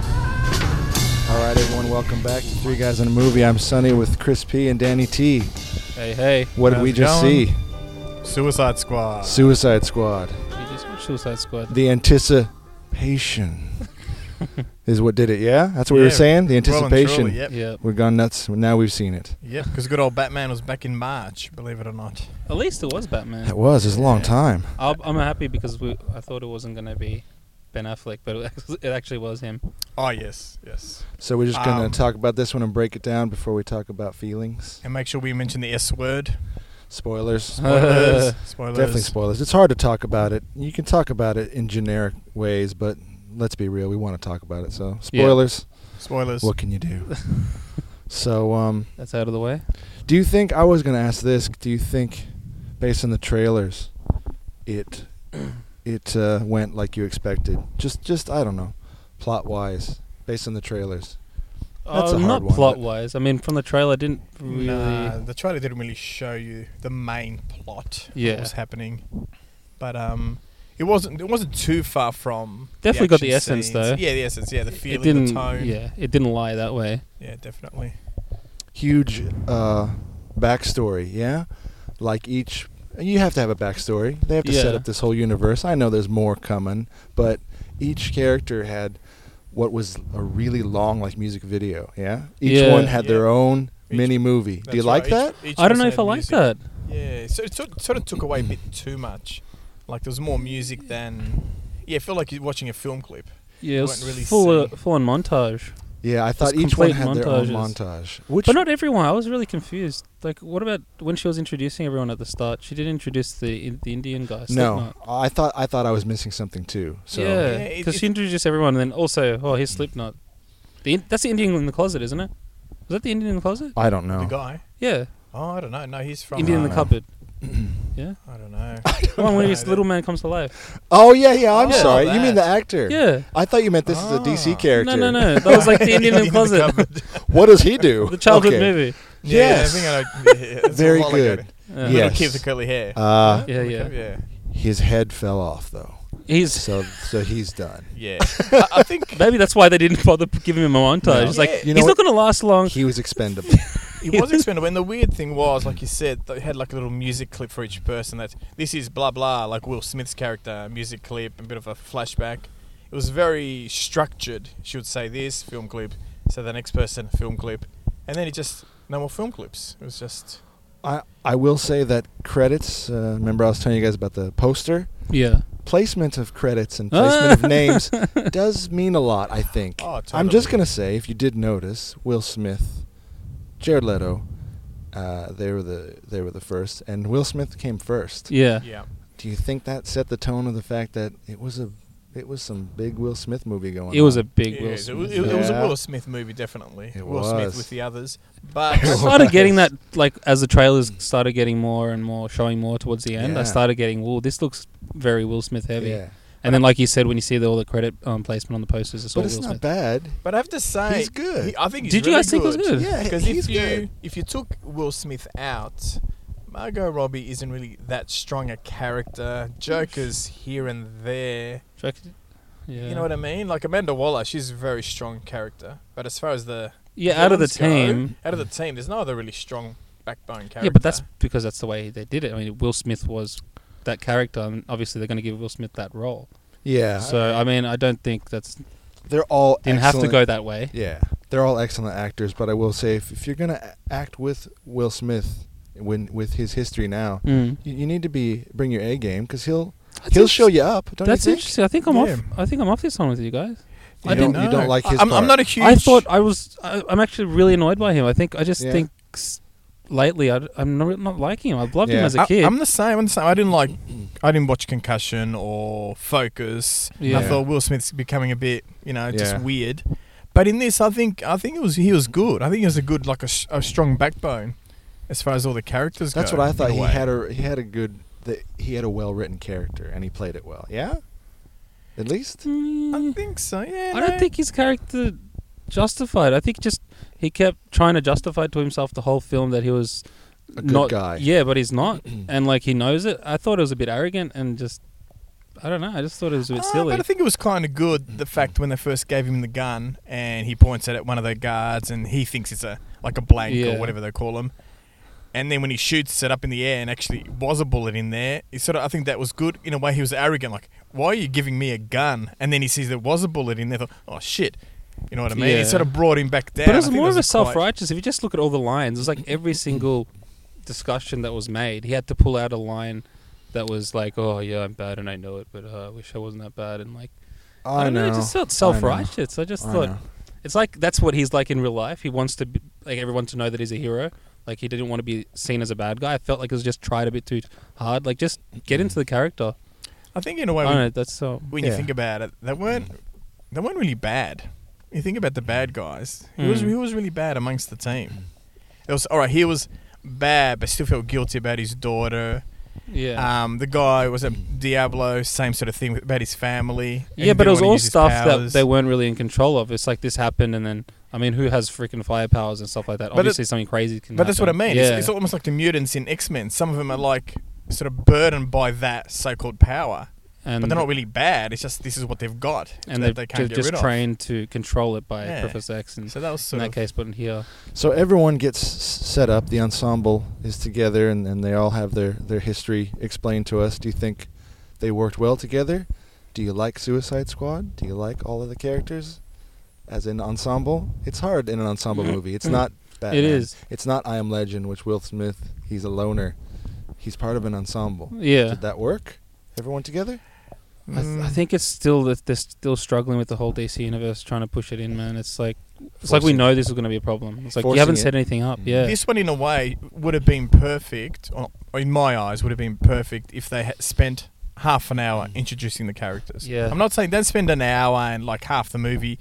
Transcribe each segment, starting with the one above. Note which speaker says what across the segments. Speaker 1: All right, everyone, welcome back to Three Guys in a Movie. I'm Sonny with Chris P and Danny T.
Speaker 2: Hey, hey.
Speaker 1: What did we just see?
Speaker 3: Suicide Squad.
Speaker 1: Suicide Squad.
Speaker 2: We just watched Suicide Squad.
Speaker 1: The anticipation is what did it. Yeah, that's what we
Speaker 3: Yeah,
Speaker 1: were saying. The
Speaker 3: well and truly,
Speaker 1: anticipation.
Speaker 3: yep.
Speaker 2: Yep.
Speaker 1: We've gone nuts. Now we've seen it.
Speaker 3: Yep. Because good old Batman was back in March, believe it or not.
Speaker 2: At least it was Batman.
Speaker 1: That was. It's a long time.
Speaker 2: I'll, I'm happy because we, I thought it wasn't gonna be Ben Affleck, but it actually- it actually was him.
Speaker 3: Oh yes, yes.
Speaker 1: So we're just gonna
Speaker 3: Um,
Speaker 1: talk about this one and break it down before we talk about feelings.
Speaker 3: And make sure we mention the S word.
Speaker 1: Spoilers.
Speaker 3: Spoilers. Spoilers.
Speaker 1: Definitely spoilers. It's hard to talk about it. You can talk about it in generic ways, but let's be real. We want to talk about it. So spoilers.
Speaker 3: Spoilers.
Speaker 1: What can you do? so, um,
Speaker 2: That's out of the way.
Speaker 1: do you think I was going to ask this? Do you think, based on the trailers, it it uh, went like you expected? Just just I don't know, plot wise, based on the trailers. That's
Speaker 2: uh,
Speaker 1: a hard
Speaker 2: not
Speaker 1: one, but-
Speaker 2: plot wise. I mean, from the trailer, I didn't really.
Speaker 3: Nah, the trailer didn't really show you the main plot.
Speaker 2: Yeah.
Speaker 3: What was happening, but um. It wasn't. It wasn't too far from.
Speaker 2: Definitely got
Speaker 3: action
Speaker 2: the essence,
Speaker 3: scenes.
Speaker 2: though.
Speaker 3: Yeah, the essence. Yeah, the
Speaker 2: it
Speaker 3: feeling,
Speaker 2: didn't.
Speaker 3: the tone.
Speaker 2: Yeah, it didn't lie that way.
Speaker 3: yeah, definitely.
Speaker 1: Huge uh, backstory, yeah. Like each, you have to have a backstory. They have to set
Speaker 2: Yeah.
Speaker 1: up this whole universe. I know there's more coming, but each character had what was a really long like music video. Yeah. Each
Speaker 2: Yeah.
Speaker 1: one had their
Speaker 3: Yeah.
Speaker 1: own
Speaker 3: Each-
Speaker 1: mini movie. Do you
Speaker 3: That's
Speaker 1: like
Speaker 3: right.
Speaker 1: that?
Speaker 3: Each- each
Speaker 2: I don't know
Speaker 3: person
Speaker 2: if I
Speaker 3: had
Speaker 2: like
Speaker 3: music.
Speaker 2: that.
Speaker 3: Yeah, so it sort, sort of took away a bit too much. Like there was more music than. Yeah, I feel like you're watching a film clip.
Speaker 2: Yeah, it
Speaker 3: You
Speaker 2: was
Speaker 3: weren't really
Speaker 2: full
Speaker 3: seeing-
Speaker 2: full on montage,
Speaker 1: Yeah, I thought
Speaker 2: Just
Speaker 1: each one
Speaker 2: complete
Speaker 1: had their own
Speaker 2: montages.
Speaker 1: montage. Which
Speaker 2: but not everyone. I was really confused. Like, what about when she was introducing everyone at the start? She did introduce the the Indian guy.
Speaker 1: no,
Speaker 2: Slipknot.
Speaker 1: I thought I thought I was missing something too. So
Speaker 2: yeah,
Speaker 3: Yeah, it-
Speaker 2: because she
Speaker 3: it-
Speaker 2: introduced everyone, and then also, oh, here's Slipknot. The in- that's the Indian in the closet, isn't it? Was that the Indian in the closet?
Speaker 1: I don't
Speaker 3: The
Speaker 1: know.
Speaker 3: guy.
Speaker 2: Yeah,
Speaker 3: Oh, I don't know. No, he's from. uh,
Speaker 2: Indian in the
Speaker 1: no.
Speaker 2: cupboard.
Speaker 3: I don't know.
Speaker 2: The one where
Speaker 3: know.
Speaker 2: his little man comes to life.
Speaker 1: Oh yeah, yeah. I'm
Speaker 3: Oh,
Speaker 1: sorry. You mean the
Speaker 3: that.
Speaker 1: actor?
Speaker 2: Yeah.
Speaker 1: I thought you meant this is a DC
Speaker 3: Ah.
Speaker 1: character.
Speaker 2: No, no, no. That was like the Indian in the closet,
Speaker 3: cupboard.
Speaker 1: What does he do?
Speaker 2: the childhood
Speaker 1: Okay.
Speaker 2: movie. Uh,
Speaker 3: yeah,
Speaker 1: Yes.
Speaker 3: yeah, I think I know. Yeah, that's a
Speaker 1: Very
Speaker 3: while ago.
Speaker 1: good.
Speaker 2: Yeah.
Speaker 3: Little
Speaker 1: Yes.
Speaker 3: kid with the curly hair.
Speaker 1: Uh,
Speaker 2: Yeah, yeah.
Speaker 3: yeah.
Speaker 1: his head fell off though,
Speaker 2: He's
Speaker 1: so so he's done.
Speaker 3: Yeah. I, I think
Speaker 2: maybe that's why they didn't bother p- giving him a montage.
Speaker 1: No.
Speaker 2: It's like
Speaker 3: Yeah.
Speaker 1: You know
Speaker 2: he's
Speaker 1: what?
Speaker 2: not gonna last long.
Speaker 1: He was expendable.
Speaker 3: it was expendable. And the weird thing was, like you said, they had like a little music clip for each person. That this is blah blah, like Will Smith's character music clip, a bit of a flashback. It was very structured. She would say this film clip, so the next person film clip, and then it just no more film clips. It was just
Speaker 1: I I will say that credits. Uh, remember, I was telling you guys about the poster
Speaker 2: Yeah,
Speaker 1: placement of credits and placement of names does mean a lot. I think.
Speaker 3: Oh,
Speaker 1: I'm
Speaker 3: totally.
Speaker 1: just gonna say, if you did notice, Will Smith, Jared Leto, uh, they were the they were the first, and Will Smith came first.
Speaker 2: yeah.
Speaker 3: yeah.
Speaker 1: Do you think that set the tone of the fact that it was a it was some big Will Smith movie going?
Speaker 2: It was a
Speaker 1: on?
Speaker 2: big
Speaker 3: Yeah,
Speaker 2: Will
Speaker 3: it was-
Speaker 2: Smith.
Speaker 3: It, it was a
Speaker 1: Yeah.
Speaker 3: Will Smith movie, definitely.
Speaker 1: It
Speaker 3: Will Smith
Speaker 1: was.
Speaker 3: with the others, but
Speaker 2: I started getting that like as the trailers started getting more and more showing more towards the end.
Speaker 1: Yeah.
Speaker 2: I started getting, "Whoa, this looks very Will Smith heavy."
Speaker 1: Yeah.
Speaker 2: And then, like you said, when you see the, all the credit um, placement on the posters, it's all
Speaker 1: But it's
Speaker 2: Will
Speaker 1: not
Speaker 2: Smith.
Speaker 1: bad.
Speaker 3: But I have to say,
Speaker 1: He's good.
Speaker 3: he- I think he's
Speaker 2: Did you
Speaker 3: really
Speaker 2: guys think it was good?
Speaker 1: Yeah,
Speaker 3: Because
Speaker 1: he's
Speaker 3: if you
Speaker 1: good.
Speaker 3: if you took Will Smith out, Margot Robbie isn't really that strong a character. Joker's here and there.
Speaker 2: Yeah.
Speaker 3: You know what I mean? Like Amanda Waller, she's a very strong character. But as far as the
Speaker 2: yeah, out of the
Speaker 3: villains go,
Speaker 2: team.
Speaker 3: out of the team, there's no other really strong backbone character.
Speaker 2: Yeah, but that's because that's the way they did it. I mean, Will Smith was that character, and obviously they're going to give Will Smith that role.
Speaker 1: Yeah.
Speaker 2: So I mean, I don't think that's
Speaker 1: they're all
Speaker 2: didn't have
Speaker 1: excellent-
Speaker 2: to go that way.
Speaker 1: Yeah, they're all excellent actors, but I will say if, if you're gonna a- act with Will Smith when with his history now,
Speaker 2: Mm.
Speaker 1: you, you need to be bring your A game because he'll
Speaker 2: That's
Speaker 1: he'll
Speaker 2: int-
Speaker 1: show you up. Don't
Speaker 2: That's
Speaker 1: you think?
Speaker 2: interesting. I think I'm
Speaker 3: Yeah.
Speaker 2: off. I think I'm off this one with you guys.
Speaker 1: You
Speaker 2: I
Speaker 1: don't,
Speaker 2: didn't
Speaker 1: you don't like his.
Speaker 3: I'm,
Speaker 1: part.
Speaker 3: I'm not a huge.
Speaker 2: I thought I was. I, I'm actually really annoyed by him. I think I just
Speaker 1: Yeah.
Speaker 2: think s- lately I, am not, not liking him. I loved him
Speaker 1: Yeah.
Speaker 2: as a kid.
Speaker 3: I, am the same. I'm the same. I didn't like. I didn't watch Concussion or Focus.
Speaker 2: Yeah.
Speaker 3: I thought Will Smith's becoming a bit, you know,
Speaker 1: Yeah.
Speaker 3: just weird. But in this, I think I think it was he was good. I think he was a good like a, s- a strong backbone as far as all the characters.
Speaker 1: That's
Speaker 3: go,
Speaker 1: what I thought.
Speaker 3: in
Speaker 1: He
Speaker 3: way.
Speaker 1: had a he had a good the, he had a well written character and he played it well. Yeah, at least.
Speaker 3: I
Speaker 2: Mm,
Speaker 3: think so. Yeah.
Speaker 2: I don't
Speaker 3: no.
Speaker 2: think his character justified. I think just he kept trying to justify to himself the whole film that he was
Speaker 1: A good
Speaker 2: not
Speaker 1: guy.
Speaker 2: Yeah, but he's not, and like he knows it. I thought it was a bit arrogant and just I don't know. I just thought it was a bit
Speaker 3: Ah,
Speaker 2: silly.
Speaker 3: But I think it was kind of good the fact when they first gave him the gun and he points it at one of the guards and he thinks it's a like a blank
Speaker 2: Yeah.
Speaker 3: or whatever they call him. And then when he shoots it up in the air and actually was a bullet in there, he sort of I think that was good in a way. He was arrogant, like why are you giving me a gun? And then he sees there was a bullet in there. Thought, oh shit, you know what I mean?
Speaker 2: Yeah.
Speaker 3: It sort of brought him back down.
Speaker 2: but it
Speaker 3: I
Speaker 2: was
Speaker 3: think
Speaker 2: more
Speaker 3: that
Speaker 2: of a
Speaker 3: was quite-
Speaker 2: self righteous. If you just look at all the lines, it's like every single discussion that was made, he had to pull out a line that was like, "Oh yeah, I'm bad and I know it, but uh, I wish I wasn't that bad." And like,
Speaker 1: I,
Speaker 2: don't know.
Speaker 1: know.
Speaker 2: It just felt self righteous. I, just
Speaker 1: I
Speaker 2: thought
Speaker 1: know.
Speaker 2: it's like that's what he's like in real life. He wants to be, like everyone to know that he's a hero. Like he didn't want to be seen as a bad guy. I felt like it was just tried a bit too hard. Like just get into the character.
Speaker 3: I think in a way
Speaker 2: I
Speaker 3: we
Speaker 2: don't know. That's so.
Speaker 3: when you
Speaker 1: Yeah.
Speaker 3: think about it, they weren't they weren't really bad. You think about the bad guys. He was
Speaker 2: Mm.
Speaker 3: he was really bad amongst the team. It was all right. He was bad, but still felt guilty about his daughter.
Speaker 2: Yeah.
Speaker 3: Um, the guy was a Diablo, same sort of thing with- about his family. and
Speaker 2: yeah, but it
Speaker 3: didn't
Speaker 2: was
Speaker 3: wanna
Speaker 2: all
Speaker 3: use his
Speaker 2: stuff that
Speaker 3: powers.
Speaker 2: they weren't really in control of. It's like this happened, and then I mean, who has freaking fire powers and stuff like that?
Speaker 3: But it-
Speaker 2: Obviously, something crazy can.
Speaker 3: But that's what I
Speaker 2: happen.
Speaker 3: mean.
Speaker 2: Yeah.
Speaker 3: It's, it's almost like the mutants in X Men. Some of them are like sort of burdened by that so-called power,
Speaker 2: and
Speaker 3: but they're not really bad. It's just this is what they've got
Speaker 2: and
Speaker 3: that
Speaker 2: they've
Speaker 3: they
Speaker 2: ju-
Speaker 3: can't get
Speaker 2: just
Speaker 3: rid
Speaker 2: trained to control it by
Speaker 3: Yeah.
Speaker 2: Professor X, and
Speaker 3: of. So that was
Speaker 2: in
Speaker 3: sort
Speaker 2: that
Speaker 3: of
Speaker 2: case, but in here,
Speaker 1: So everyone gets s- set up. The ensemble is together, and, and they all have their, their history explained to us. Do you think they worked well together? Do you like Suicide Squad? Do you like all of the characters as an ensemble? It's hard in an ensemble movie. It's not Batman.
Speaker 2: Mm-hmm. it is.
Speaker 1: It's not I Am Legend, which Will Smith. He's a loner. He's part of an ensemble.
Speaker 2: Yeah.
Speaker 1: Did that work? Everyone together?
Speaker 2: I,
Speaker 3: Hmm.
Speaker 2: th- I
Speaker 3: Mm.
Speaker 2: think it's still that they're still struggling with the whole DC universe trying to push it in, man. It's like it's like we
Speaker 1: Forcing
Speaker 2: know this is going to be a problem. It's like you
Speaker 1: Forcing
Speaker 2: haven't
Speaker 1: it.
Speaker 2: set anything up,
Speaker 1: Mm.
Speaker 2: yeah.
Speaker 3: This one, in a way, would have been perfect, or or in my eyes, would have been perfect if they had spent half an hour introducing the characters.
Speaker 2: Mm. Yeah.
Speaker 3: I'm not saying don't spend an hour and like half the movie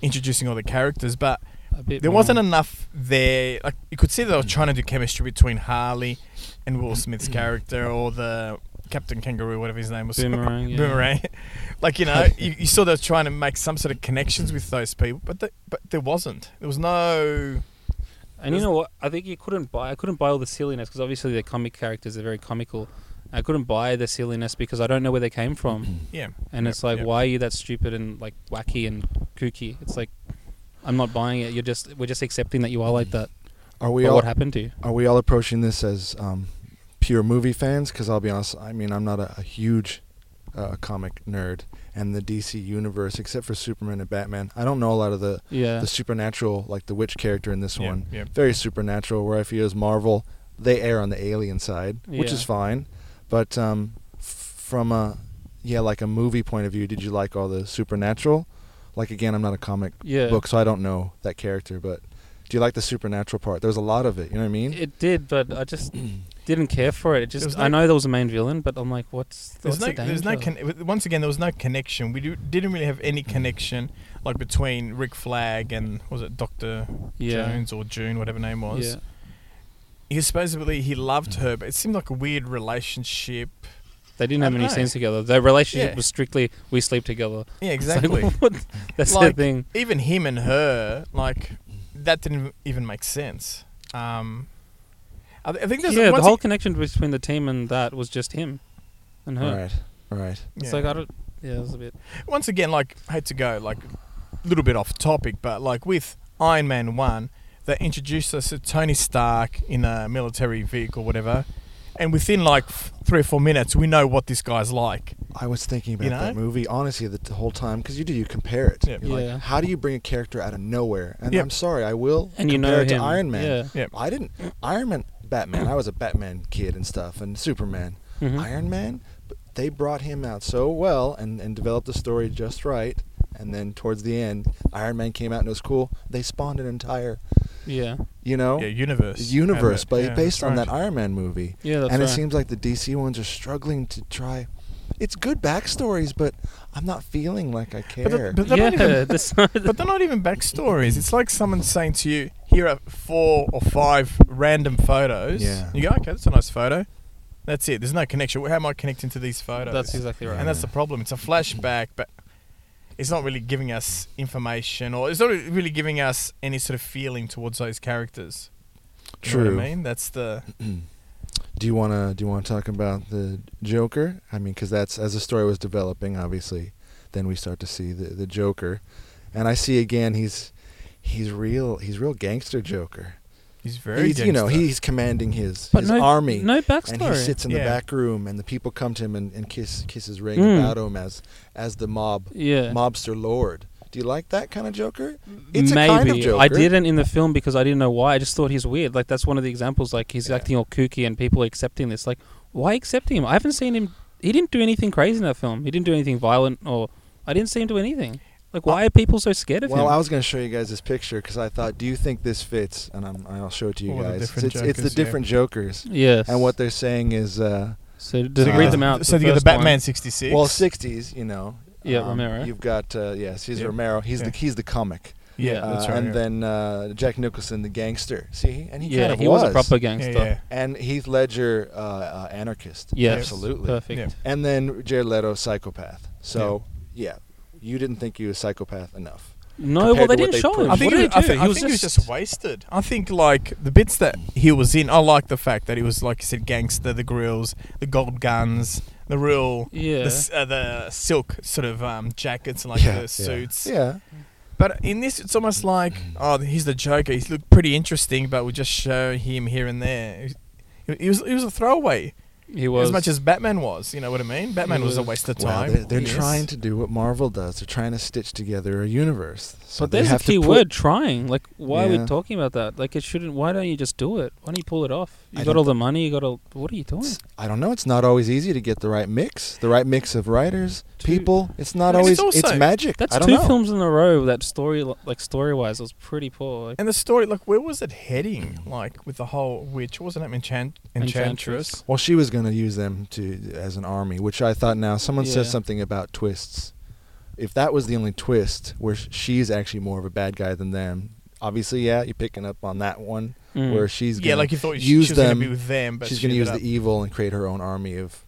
Speaker 3: introducing all the characters, but
Speaker 2: a bit
Speaker 3: there
Speaker 2: more.
Speaker 3: wasn't enough there. Like you could see they were trying to do chemistry between Harley and Will
Speaker 2: Mm.
Speaker 3: Smith's character, or the Captain Kangaroo, whatever his name was,
Speaker 2: Boomerang, yeah.
Speaker 3: Boomerang. like you know, you, you saw they were trying to make some sort of connections with those people, but the, but there wasn't. There was no.
Speaker 2: And you know what? I think you couldn't buy. I couldn't buy all the silliness because obviously they're comic characters. They're very comical. I couldn't buy the silliness because I don't know where they came from.
Speaker 3: Yeah.
Speaker 2: And
Speaker 3: Yep,
Speaker 2: it's like,
Speaker 3: yep.
Speaker 2: why are you that stupid and like wacky and kooky? It's like, I'm not buying it. You're just we're just accepting that you are like that.
Speaker 1: Are
Speaker 2: We
Speaker 1: we all
Speaker 2: what happened to you?
Speaker 1: Are we all approaching this as um, pure movie fans? Because I'll be honest, I mean, I'm not a, a huge uh, comic nerd, and the DC universe, except for Superman and Batman, I don't know a lot of the
Speaker 2: Yeah.
Speaker 1: the supernatural, like the witch character in this
Speaker 3: Yeah,
Speaker 1: one.
Speaker 3: yeah.
Speaker 1: Very supernatural. Where I feel is Marvel, they err on the alien side, which
Speaker 2: Yeah.
Speaker 1: is fine. But um, f- from a yeah, like a movie point of view, did you like all the supernatural? Like again, I'm not a comic
Speaker 2: Yeah.
Speaker 1: book, so I don't know that character. But do you like the supernatural part? There's a lot of it. You know what I mean?
Speaker 2: It did, but I just didn't care for it. It
Speaker 3: was
Speaker 2: just
Speaker 3: no-
Speaker 2: I know there was a main villain, but I'm like, what's what's
Speaker 3: There's no,
Speaker 2: the danger?
Speaker 3: there's no con- once again there was no connection. We do, didn't really have any connection like between Rick Flag and was it Doctor
Speaker 2: Yeah.
Speaker 3: Jones or June, whatever her name was.
Speaker 2: Yeah.
Speaker 3: He supposedly he loved her, but it seemed like a weird relationship.
Speaker 2: They didn't
Speaker 3: I
Speaker 2: have
Speaker 3: don't
Speaker 2: any
Speaker 3: know.
Speaker 2: scenes together. Their relationship
Speaker 3: Yeah.
Speaker 2: was strictly we sleep together.
Speaker 3: Yeah,
Speaker 2: It's like,
Speaker 3: exactly.
Speaker 2: what? That's
Speaker 3: Like-
Speaker 2: the thing.
Speaker 3: even him and her, like that didn't even make sense. Um, I, th- I think there's
Speaker 2: yeah, the
Speaker 3: once
Speaker 2: whole
Speaker 3: ag-
Speaker 2: connection between the team and that was just him and her.
Speaker 1: All right. All right.
Speaker 2: It's
Speaker 3: yeah.
Speaker 2: like I don't. Yeah, it was a bit.
Speaker 3: once again, like, I hate to go like a little bit off topic, but like with Iron Man one, they introduced us to Tony Stark in a military vehicle, whatever, and within like f- three or four minutes, we know what this guy's like.
Speaker 1: I was thinking about
Speaker 3: You
Speaker 1: that
Speaker 3: know?
Speaker 1: movie honestly the, the whole time because you do you compare it.
Speaker 3: Yep.
Speaker 1: You're
Speaker 2: Yeah.
Speaker 1: Like, how do you bring a character out of nowhere? And
Speaker 3: Yep.
Speaker 1: I'm sorry, I will.
Speaker 2: And you
Speaker 1: compare
Speaker 2: know
Speaker 1: it
Speaker 2: him.
Speaker 1: to Iron Man.
Speaker 2: Yeah.
Speaker 3: Yep.
Speaker 1: I didn't Iron Man, Batman. I was a Batman kid and stuff, and Superman,
Speaker 2: Mhm.
Speaker 1: Iron Man. But they brought him out so well and and developed the story just right. And then towards the end, Iron Man came out and it was cool. They spawned an entire,
Speaker 2: Yeah.
Speaker 1: you know,
Speaker 3: Yeah, universe.
Speaker 1: universe,
Speaker 3: And,
Speaker 1: but
Speaker 3: yeah,
Speaker 1: based
Speaker 3: that's
Speaker 1: on
Speaker 3: right.
Speaker 1: that Iron Man movie.
Speaker 2: Yeah, that's
Speaker 1: and it
Speaker 2: right.
Speaker 1: seems like the DC ones are struggling to try. It's good backstories, but I'm not feeling like I care.
Speaker 3: But, th- but they're
Speaker 2: yeah.
Speaker 3: not even,
Speaker 2: that's not-
Speaker 3: but they're not even backstories. It's like someone saying to you, "Here are four or five random photos."
Speaker 1: Yeah.
Speaker 3: You go, "Okay, that's a nice photo." That's it. There's no connection. How am I connecting to these photos?
Speaker 2: that's exactly right.
Speaker 3: And that's the problem. It's a flashback, but it's not really giving us information, or it's not really giving us any sort of feeling towards those characters. You know what
Speaker 1: True.
Speaker 3: I mean, that's the
Speaker 1: Do you wanna do you wanna talk about the Joker? I mean, because that's as the story was developing, obviously, then we start to see the the Joker, and I see again he's he's real he's real gangster Joker.
Speaker 3: He's very.
Speaker 1: he's you know
Speaker 3: gangster.
Speaker 1: he's commanding his
Speaker 2: But
Speaker 1: his
Speaker 2: no
Speaker 1: army.
Speaker 2: no
Speaker 1: and he
Speaker 2: backstory.
Speaker 1: sits in the
Speaker 3: Yeah.
Speaker 1: back room, and the people come to him and, and kiss kisses ring
Speaker 2: Mm.
Speaker 1: about him as as the mob
Speaker 2: yeah,
Speaker 1: mobster lord. Do you like that kind of Joker? It's
Speaker 2: maybe
Speaker 1: a kind of Joker.
Speaker 2: I didn't in the film because I didn't know why. I just thought he's weird. Like that's one of the examples. Like he's
Speaker 1: Yeah.
Speaker 2: acting all kooky and people are accepting this. Like why accepting him? I haven't seen him. He didn't do anything crazy in that film. He didn't do anything violent or I didn't see him do anything. Like why are people so scared of
Speaker 1: Well,
Speaker 2: him?
Speaker 1: I was going to show you guys this picture because I thought, do you think this fits? And I'm, I'll show it to you
Speaker 3: All the
Speaker 1: guys.
Speaker 3: different
Speaker 1: it's, it's the
Speaker 3: Jokers, yeah.
Speaker 1: different Jokers,
Speaker 2: yes.
Speaker 1: and what they're saying is, uh,
Speaker 2: So
Speaker 1: So
Speaker 2: just
Speaker 1: you
Speaker 2: read
Speaker 1: got-
Speaker 2: them out.
Speaker 3: So you got the
Speaker 2: first one.
Speaker 3: Batman '66.
Speaker 1: well, '60s, you know. Um,
Speaker 2: Yeah, Romero.
Speaker 1: You've got uh, yes, he's
Speaker 3: Yeah.
Speaker 1: Romero. He's
Speaker 3: Yeah.
Speaker 1: the he's the comic.
Speaker 3: yeah,
Speaker 2: Uh,
Speaker 3: that's
Speaker 1: Uh,
Speaker 3: right.
Speaker 1: And
Speaker 3: yeah.
Speaker 1: then uh, Jack Nicholson, the gangster. See, and he
Speaker 2: yeah,
Speaker 1: kind of
Speaker 2: he was. a proper gangster.
Speaker 3: Yeah, yeah.
Speaker 1: And Heath Ledger, uh, uh, anarchist.
Speaker 2: Yes,
Speaker 1: absolutely.
Speaker 2: Perfect.
Speaker 3: Yeah.
Speaker 1: And then Jared Leto, psychopath. So yeah. you didn't think he was psychopath enough.
Speaker 2: No, well
Speaker 1: Compared
Speaker 2: they
Speaker 1: to what
Speaker 2: didn't
Speaker 1: they
Speaker 2: show
Speaker 1: put-
Speaker 2: him.
Speaker 3: I think,
Speaker 2: what
Speaker 3: he,
Speaker 2: did
Speaker 3: I
Speaker 2: he do?
Speaker 3: think, I think he was just wasted. I think like the bits that he was in, I like the fact that he was like you said, gangster, the grills, the gold guns, the real, the,
Speaker 2: yeah.
Speaker 3: s- uh, the silk sort of um, jackets and like
Speaker 1: Yeah,
Speaker 3: the suits.
Speaker 1: Yeah.
Speaker 3: But in this, it's almost like oh, he's the Joker. He's looked pretty interesting, but we just show him here and there. He- He was he was a throwaway
Speaker 2: He was
Speaker 3: as much as Batman was. You know what I mean? Batman was, a
Speaker 2: was-
Speaker 3: waste of
Speaker 1: Wow,
Speaker 3: time.
Speaker 1: they're, they're
Speaker 3: Yes.
Speaker 1: trying to do what Marvel does. They're trying to stitch together a universe. So
Speaker 2: But
Speaker 1: they
Speaker 2: there's a
Speaker 1: have
Speaker 2: key
Speaker 1: to put-
Speaker 2: word, trying. Like, why are
Speaker 1: Yeah.
Speaker 2: we talking about that? Like, it shouldn't. Why don't you just do it? Why don't you pull it off?
Speaker 1: I
Speaker 2: You got
Speaker 1: don't
Speaker 2: all the money. You got all. What are you doing?
Speaker 1: It's- I don't know. It's not always easy to get the right mix, the right mix of writers,
Speaker 2: Two-
Speaker 1: people. It's not
Speaker 3: And
Speaker 1: always.
Speaker 3: it's
Speaker 1: It's,
Speaker 3: also-
Speaker 1: magic.
Speaker 2: That's
Speaker 1: I don't
Speaker 2: two
Speaker 1: know.
Speaker 2: films in a row. That story, like story wise, was pretty poor. Like,
Speaker 3: And the story, like, where was it heading? Like, with the whole witch, wasn't it enchant- enchantress?
Speaker 2: Enchantress.
Speaker 1: Well, she was going to use them to as an army, which I thought. Now someone says
Speaker 2: Yeah.
Speaker 1: something about twists. If that was the only twist, where sh- she's actually more of a bad guy than them, obviously, yeah, you're picking up on that one,
Speaker 2: Mm.
Speaker 1: where she's
Speaker 3: Yeah,
Speaker 1: gonna
Speaker 3: like you thought she,
Speaker 1: use
Speaker 3: she was going
Speaker 1: them.
Speaker 3: to be with them, but
Speaker 1: she's
Speaker 3: going to
Speaker 1: use the evil and create her own army of.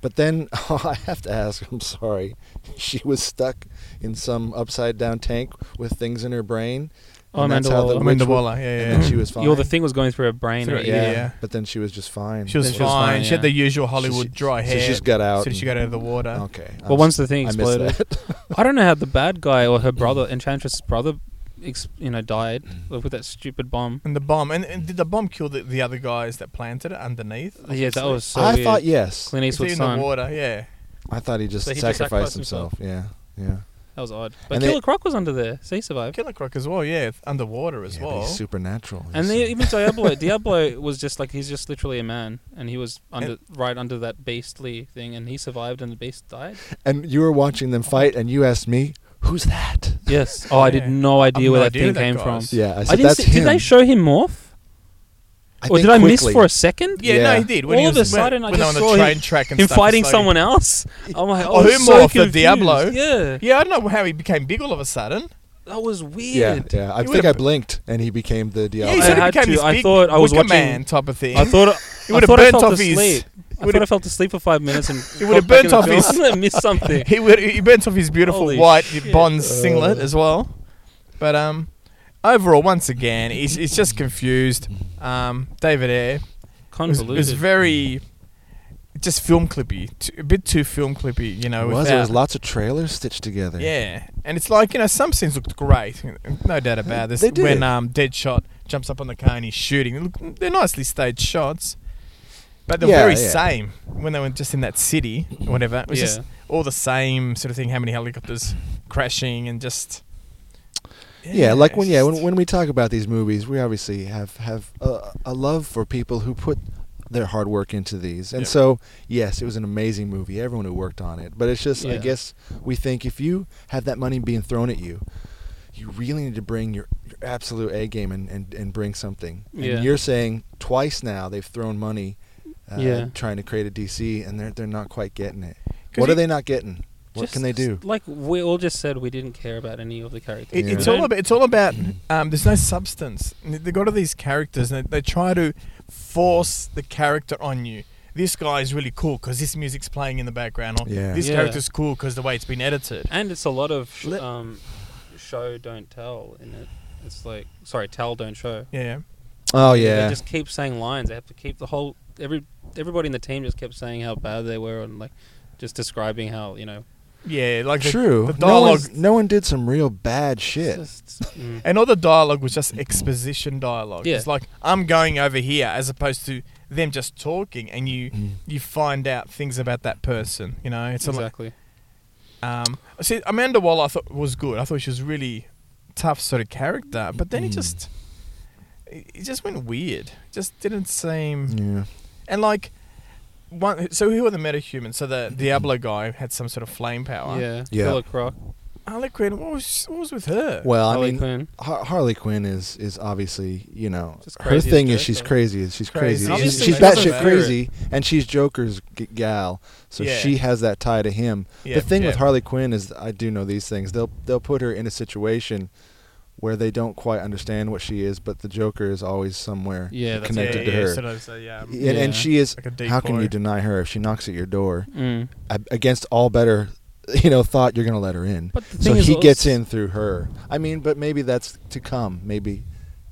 Speaker 1: But then oh, I have to ask. I'm sorry, she was stuck in some upside down tank with things in her brain.
Speaker 2: Oh,
Speaker 1: and that's
Speaker 2: Amanda
Speaker 1: how
Speaker 2: Waller.
Speaker 1: the witch
Speaker 3: Amanda
Speaker 1: wa-
Speaker 3: Waller, yeah,
Speaker 1: And
Speaker 3: yeah.
Speaker 1: then she was fine.
Speaker 2: Yeah, all the thing was going through her brain.
Speaker 3: Through-
Speaker 2: right?
Speaker 1: yeah,
Speaker 3: yeah.
Speaker 1: but then she was just fine.
Speaker 3: she was
Speaker 2: Then
Speaker 3: fine.
Speaker 2: she was fine,
Speaker 3: She had the
Speaker 2: yeah.
Speaker 3: usual Hollywood
Speaker 1: she-
Speaker 3: dry
Speaker 1: so
Speaker 3: hair.
Speaker 1: she just got out
Speaker 3: So she
Speaker 1: and-
Speaker 3: got out of the water.
Speaker 1: Okay.
Speaker 2: But once the thing
Speaker 1: I missed Mm.
Speaker 2: exploded, I don't know how the bad guy or her brother, Enchantress's brother, ex- you know, died like,
Speaker 1: Mm.
Speaker 2: with that stupid bomb.
Speaker 3: And the bomb. And, and did the bomb kill the, the other guys that planted it underneath?
Speaker 2: Yeah, that was so
Speaker 1: I
Speaker 2: weird.
Speaker 1: thought yes.
Speaker 2: Clint
Speaker 3: It's
Speaker 2: Eastwood's
Speaker 3: in the
Speaker 2: son.
Speaker 3: water, yeah.
Speaker 1: I thought he just
Speaker 2: So he just
Speaker 1: sacrificed
Speaker 2: sacrificed
Speaker 1: himself.
Speaker 2: himself.
Speaker 1: Yeah, yeah.
Speaker 2: That was odd. But
Speaker 1: And they-
Speaker 2: Killer Croc was under there, so he survived.
Speaker 3: Killer Croc as well, yeah. Underwater as
Speaker 1: Yeah, but
Speaker 3: well.
Speaker 1: He's supernatural.
Speaker 2: And
Speaker 1: He's-
Speaker 2: they, even Diablo, Diablo was just like he's just literally a man, and he was under right under that beastly thing, and he survived, and the beast died.
Speaker 1: and you were watching them fight, and you asked me, "Who's that?"
Speaker 2: Yes. Oh, I
Speaker 3: Yeah.
Speaker 2: did no idea
Speaker 3: I've
Speaker 2: where
Speaker 3: no
Speaker 2: that
Speaker 3: idea
Speaker 2: thing
Speaker 3: that
Speaker 2: came
Speaker 3: guy
Speaker 2: from.
Speaker 3: is.
Speaker 1: Yeah, I
Speaker 2: I
Speaker 1: said
Speaker 2: didn't
Speaker 1: that's
Speaker 2: see, did
Speaker 1: him."
Speaker 2: they show him morph,
Speaker 1: I
Speaker 2: or
Speaker 1: think
Speaker 2: did I miss
Speaker 1: quickly.
Speaker 2: for a second?
Speaker 3: yeah,
Speaker 1: Yeah.
Speaker 3: no, he did. When he
Speaker 2: All
Speaker 3: was,
Speaker 2: of a sudden, I
Speaker 3: when, when
Speaker 2: just
Speaker 3: they were
Speaker 2: saw
Speaker 3: on the
Speaker 2: him-
Speaker 3: train track and
Speaker 2: Him
Speaker 3: stuff, it's
Speaker 2: fighting
Speaker 3: like-
Speaker 2: someone else. I'm like,
Speaker 3: Oh,
Speaker 2: oh,
Speaker 3: who
Speaker 2: who so
Speaker 3: morphed the
Speaker 2: confused.
Speaker 3: Diablo?
Speaker 2: Yeah,
Speaker 3: Yeah, I don't know how he became big all of a sudden.
Speaker 2: that was
Speaker 1: Yeah,
Speaker 2: weird.
Speaker 1: yeah. I
Speaker 3: He
Speaker 1: think
Speaker 3: would've-
Speaker 1: I blinked, and he became the
Speaker 3: Yeah,
Speaker 1: Diablo.
Speaker 3: he
Speaker 2: I
Speaker 3: sort of
Speaker 2: had
Speaker 3: became
Speaker 2: to-
Speaker 3: this
Speaker 2: I
Speaker 3: big
Speaker 2: thought I was
Speaker 3: Wicker
Speaker 2: watching-
Speaker 3: man type of thing.
Speaker 2: I thought I
Speaker 3: He would've
Speaker 2: thought I
Speaker 3: burnt
Speaker 2: fell
Speaker 3: off
Speaker 2: to
Speaker 3: his-
Speaker 2: sleep. I
Speaker 3: would've-
Speaker 2: thought I fell to sleep for five minutes and
Speaker 3: He would've
Speaker 2: got back
Speaker 3: burnt
Speaker 2: in the
Speaker 3: off
Speaker 2: film.
Speaker 3: his-
Speaker 2: I must have missed something.
Speaker 3: he would he burnt off his beautiful
Speaker 2: Holy
Speaker 3: white
Speaker 2: shit.
Speaker 3: Bond
Speaker 2: Uh.
Speaker 3: singlet as well. But um, overall, once again, he's, he's just confused. Um, David Ayer was,
Speaker 2: Convoluted.
Speaker 3: was very just film clippy, too, a bit too film clippy, you know.
Speaker 1: it was.
Speaker 3: without-
Speaker 1: There was lots of trailers stitched together.
Speaker 3: yeah, and it's like you know some scenes looked great, no doubt about this.
Speaker 1: They did.
Speaker 3: When um, Deadshot jumps up on the car and he's shooting, look, they're nicely staged shots. But the
Speaker 1: Yeah,
Speaker 3: very
Speaker 1: yeah.
Speaker 3: same when they were just in that city, or whatever. It was
Speaker 2: yeah.
Speaker 3: just all the same sort of thing. How many helicopters crashing and just
Speaker 1: Yeah, like when
Speaker 3: it's
Speaker 1: yeah
Speaker 3: just-
Speaker 1: when, when we talk about these movies, we obviously have have a, a love for people who put their hard work into these, and
Speaker 3: Yeah.
Speaker 1: so yes, it was an amazing movie. Everyone who worked on it, but it's just I
Speaker 2: Yeah.
Speaker 1: guess we think if you have that money being thrown at you, you really need to bring your, your absolute A game and, and, and bring something.
Speaker 2: Yeah.
Speaker 1: And you're saying twice now they've thrown money, uh,
Speaker 2: Yeah.
Speaker 1: trying to create a DC, and they're they're not quite getting it.
Speaker 3: 'Cause
Speaker 1: What
Speaker 3: you-
Speaker 1: are they not getting? What can they do?
Speaker 2: Just Like we all just said, we didn't care about any of the characters.
Speaker 3: it,
Speaker 1: Yeah.
Speaker 3: it's
Speaker 2: We
Speaker 3: all
Speaker 2: don't-
Speaker 3: about it's all about um, there's no substance. They go to these characters and they, they try to force the character on you. This guy is really cool because this music's playing in the background. Or
Speaker 1: Yeah.
Speaker 3: This
Speaker 2: Yeah.
Speaker 3: character's cool because the way it's been edited.
Speaker 2: And it's a lot of sh-
Speaker 1: Let-
Speaker 2: um, show don't tell in it. It's like sorry, tell don't show.
Speaker 3: Yeah.
Speaker 1: Oh yeah,
Speaker 2: They just keep saying lines. They have to keep the whole every everybody in the team just kept saying how bad they were and like just describing how you know.
Speaker 3: Yeah, like the-
Speaker 1: True.
Speaker 3: The,
Speaker 1: no,
Speaker 3: dialogue
Speaker 1: one's- no one did some real bad shit.
Speaker 2: it's just- mm.
Speaker 3: and all the dialogue was just exposition dialogue.
Speaker 2: Yeah.
Speaker 3: It's like I'm going over here as opposed to them just talking, and you
Speaker 1: Mm.
Speaker 3: you find out things about that person. You know, it's like
Speaker 2: exactly.
Speaker 3: um. See, Amanda Waller, I thought was good. I thought she was really tough sort of character, but then it
Speaker 1: Mm.
Speaker 3: just it it just went weird. It just didn't seem.
Speaker 1: Yeah.
Speaker 3: And like one, so who are the metahumans? So the Diablo guy had some sort of flame power.
Speaker 2: Yeah.
Speaker 1: Yeah.
Speaker 2: Killer Croc.
Speaker 3: Harlequin, what was what was with her?
Speaker 1: Well, I
Speaker 2: Harley
Speaker 1: mean,
Speaker 2: Quinn.
Speaker 1: Har- Harley Quinn is is obviously you know
Speaker 2: Just
Speaker 1: her
Speaker 2: crazy as
Speaker 1: thing is
Speaker 2: Joker.
Speaker 1: she's crazy as she's crazy.
Speaker 3: Crazy.
Speaker 1: She's,
Speaker 3: Obviously,
Speaker 1: she's
Speaker 3: she doesn't
Speaker 1: batshit
Speaker 3: matter.
Speaker 1: crazy, and she's Joker's g- gal, so
Speaker 3: Yeah.
Speaker 1: she has that tie to him.
Speaker 3: Yeah,
Speaker 1: the thing with
Speaker 3: yeah.
Speaker 1: Harley Quinn is I do know these things. They'll they'll put her in a situation where they don't quite understand what she is, but the Joker is always somewhere
Speaker 2: Yeah, that's
Speaker 1: connected
Speaker 3: yeah,
Speaker 1: to
Speaker 3: yeah,
Speaker 1: her.
Speaker 3: Sort of, so, yeah,
Speaker 1: and,
Speaker 2: Yeah.
Speaker 1: and she is.
Speaker 3: like a
Speaker 1: How can you
Speaker 3: decoy.
Speaker 1: deny her if she knocks at your door?
Speaker 2: Mm.
Speaker 1: A- Against all better, you know, thought you're gonna let her in.
Speaker 2: But the
Speaker 1: So
Speaker 2: thing is
Speaker 1: he
Speaker 2: also-
Speaker 1: gets in through her. I mean, but maybe that's to come. Maybe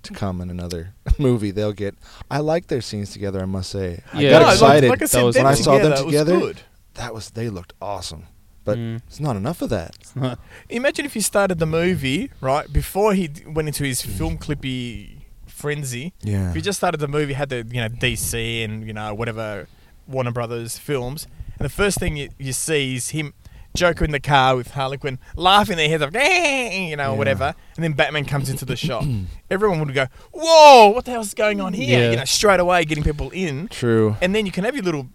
Speaker 1: to come in another movie. They'll get. I like their scenes together. I must say, I
Speaker 2: Yeah.
Speaker 1: got
Speaker 2: No, like-
Speaker 1: excited.
Speaker 2: like I said, That was-
Speaker 1: when I saw them
Speaker 3: it was
Speaker 1: together.
Speaker 3: good.
Speaker 1: That was they looked awesome. But
Speaker 2: Mm.
Speaker 1: it's not enough of that.
Speaker 2: It's not-
Speaker 3: Imagine if you started the movie right before he d- went into his
Speaker 1: Mm.
Speaker 3: film clippy frenzy.
Speaker 1: Yeah.
Speaker 3: If you just started the movie, had the you know DC and you know whatever Warner Brothers films, and the first thing you, you see is him Joker in the car with Harlequin laughing their heads off, you know
Speaker 1: Yeah.
Speaker 3: whatever, and then Batman comes into the shop. Everyone would go, "Whoa, what the hell's going on here?"
Speaker 2: Yeah.
Speaker 3: You know, straight away getting people in.
Speaker 1: True.
Speaker 3: and then you can have your little,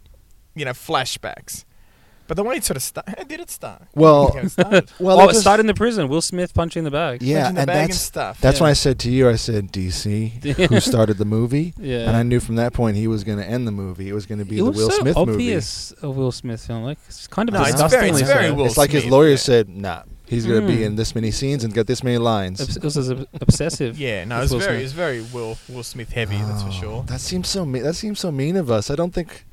Speaker 3: you know, flashbacks. But the way it sort of started, how did it start?
Speaker 1: Well-
Speaker 3: How it started.
Speaker 1: Well,
Speaker 2: oh,
Speaker 1: that
Speaker 2: it
Speaker 1: just-
Speaker 2: started in the prison. Will Smith punching the bag.
Speaker 1: Yeah,
Speaker 3: Punching
Speaker 1: and
Speaker 3: the bag and
Speaker 1: that's
Speaker 3: stuff.
Speaker 1: that's
Speaker 3: yeah.
Speaker 1: when I said to you, I said DC, who started the movie,
Speaker 2: Yeah.
Speaker 1: and I knew from that point he was going to end the movie. It was going to be
Speaker 2: it
Speaker 1: the
Speaker 2: was
Speaker 1: Will
Speaker 2: so
Speaker 1: Smith
Speaker 2: obvious a Will Smith film. Like it's kind of
Speaker 3: No, it's very-
Speaker 2: disgustingly
Speaker 3: it's
Speaker 2: so.
Speaker 3: very
Speaker 1: movie.
Speaker 3: Will
Speaker 1: It's like his
Speaker 3: Smith,
Speaker 1: lawyer
Speaker 3: yeah.
Speaker 1: said, "Nah, he's going to
Speaker 2: Mm.
Speaker 1: be in this many scenes and got this many lines."
Speaker 2: Obs- it was ob- obsessive.
Speaker 3: Yeah, no,
Speaker 2: It's
Speaker 3: it's
Speaker 2: Will
Speaker 3: very,
Speaker 2: Smith.
Speaker 3: it's very Will Will Smith heavy. That's for
Speaker 1: Oh,
Speaker 3: sure.
Speaker 1: That seems so mean. That seems so mean of us. I don't think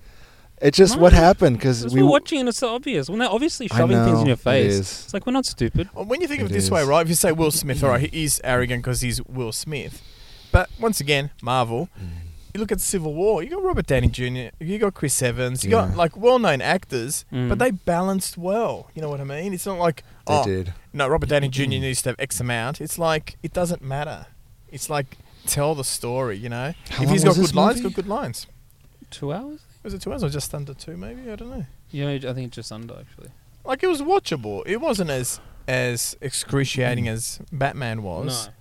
Speaker 1: it's just
Speaker 2: No,
Speaker 1: what happened because
Speaker 2: That's
Speaker 1: we.
Speaker 2: we're watching and it's so obvious. When they're obviously
Speaker 1: I
Speaker 2: shoving things
Speaker 1: know,
Speaker 2: in your
Speaker 1: it
Speaker 2: face,
Speaker 1: is.
Speaker 2: it's like we're not stupid.
Speaker 3: Well, When you think of it
Speaker 1: It
Speaker 3: this way,
Speaker 1: is. Mm.
Speaker 3: right? If you say Will Smith, all right, he is arrogant because he's Will Smith. But once again, Marvel. You look at Civil War. You got Robert Downey Jr. You got Chris Evans. You got
Speaker 1: Yeah.
Speaker 3: like well-known actors,
Speaker 2: Mm.
Speaker 3: but they balanced well. You know what I mean? It's not like
Speaker 1: They
Speaker 3: oh,
Speaker 1: did. Mm.
Speaker 3: no, Robert Downey Jr. needs to have X amount. It's like it doesn't matter. It's like tell the story, you know.
Speaker 1: How
Speaker 3: if
Speaker 1: long
Speaker 3: he's got
Speaker 1: was
Speaker 3: good
Speaker 1: this
Speaker 3: lines,
Speaker 1: movie?
Speaker 3: got good lines.
Speaker 2: Two hours?
Speaker 3: Was it two hours or just under two? Maybe I don't know.
Speaker 2: Yeah, I think it's just under actually.
Speaker 3: Like it was watchable. It wasn't as as
Speaker 1: Mm.
Speaker 3: excruciating as Batman was.
Speaker 2: No.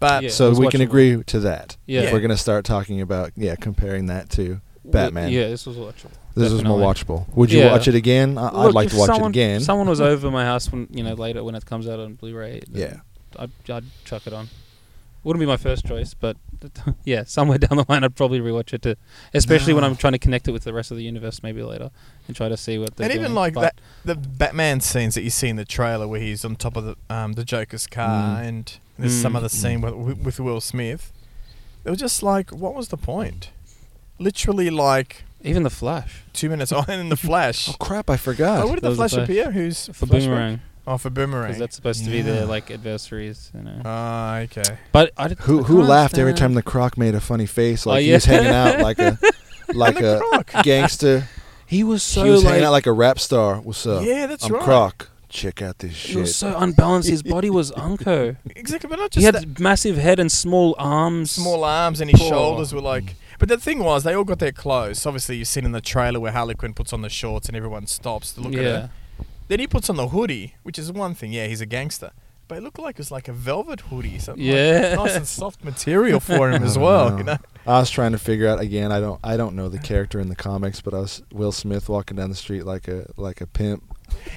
Speaker 3: But
Speaker 2: Yeah, it
Speaker 1: so
Speaker 2: was
Speaker 1: we can
Speaker 2: watchable.
Speaker 1: agree to that.
Speaker 2: Yeah.
Speaker 1: If we're gonna start talking about yeah, comparing that to
Speaker 2: Well,
Speaker 1: Batman.
Speaker 2: Yeah, this was watchable.
Speaker 1: This is more
Speaker 2: definitely.
Speaker 1: watchable. Would you
Speaker 2: Yeah.
Speaker 1: watch it again? I- I'd
Speaker 2: Look,
Speaker 1: like
Speaker 2: if
Speaker 1: to watch
Speaker 2: someone,
Speaker 1: it again.
Speaker 2: if Someone was over my house when you know later when it comes out on Blu-ray. then
Speaker 1: Yeah.
Speaker 2: I'd, I'd chuck it on. Wouldn't be my first choice, but yeah, somewhere down the line I'd probably rewatch it to, especially when
Speaker 1: No.
Speaker 2: I'm trying to connect it with the rest of the universe maybe later and try to see what. They're
Speaker 3: and even
Speaker 2: doing.
Speaker 3: like
Speaker 2: But
Speaker 3: that, the Batman scenes that you see in the trailer where he's on top of the um, the Joker's car,
Speaker 1: Mm.
Speaker 3: and there's some
Speaker 2: Mm.
Speaker 3: other scene with, with Will Smith. They were just like, what was the point? Literally, like
Speaker 2: Even the Flash
Speaker 3: two minutes on in the Flash.
Speaker 1: oh crap! I
Speaker 3: Oh,
Speaker 1: forgot.
Speaker 3: where did the
Speaker 2: Those are
Speaker 3: Flash appear? Who's
Speaker 2: for
Speaker 3: Flashback?
Speaker 2: Boomerang
Speaker 3: Oh, for
Speaker 2: because
Speaker 3: Boomerang.
Speaker 2: that's supposed to be their
Speaker 1: Yeah. Uh,
Speaker 2: like adversaries, you know.
Speaker 3: Ah, okay.
Speaker 2: but I did,
Speaker 1: Who who laughed every time the croc made a funny face like
Speaker 2: Oh,
Speaker 1: he
Speaker 2: yeah.
Speaker 1: was hanging out like a like uh,
Speaker 3: and the
Speaker 1: a
Speaker 3: croc.
Speaker 1: gangster?
Speaker 2: he was so
Speaker 1: he was
Speaker 2: like,
Speaker 1: hanging out like a rap star. What's up?
Speaker 3: yeah, that's
Speaker 1: I'm
Speaker 3: right.
Speaker 1: uh, um, Croc. Check out this
Speaker 2: he was
Speaker 1: shit.
Speaker 2: so unbalanced. His body was unco.
Speaker 3: Exactly, but not
Speaker 2: he
Speaker 3: just
Speaker 2: had
Speaker 3: that.
Speaker 2: massive head and small arms.
Speaker 3: Small arms and his
Speaker 2: Poor.
Speaker 3: shoulders were like. But the thing was, they all got their clothes. Obviously, you've seen in the trailer where Harlequin puts on the shorts and everyone stops to look
Speaker 2: yeah.
Speaker 3: at her. Then he puts on the hoodie, which is one thing. Yeah, he's a gangster. But it looked like it was like a velvet hoodie. Something like
Speaker 2: Yeah.
Speaker 3: nice and soft material for him as
Speaker 1: Oh,
Speaker 3: well,
Speaker 1: no.
Speaker 3: you know?
Speaker 1: I was trying to figure out again. I don't. I don't know the character in the comics, but I was Will Smith walking down the street like a like a pimp,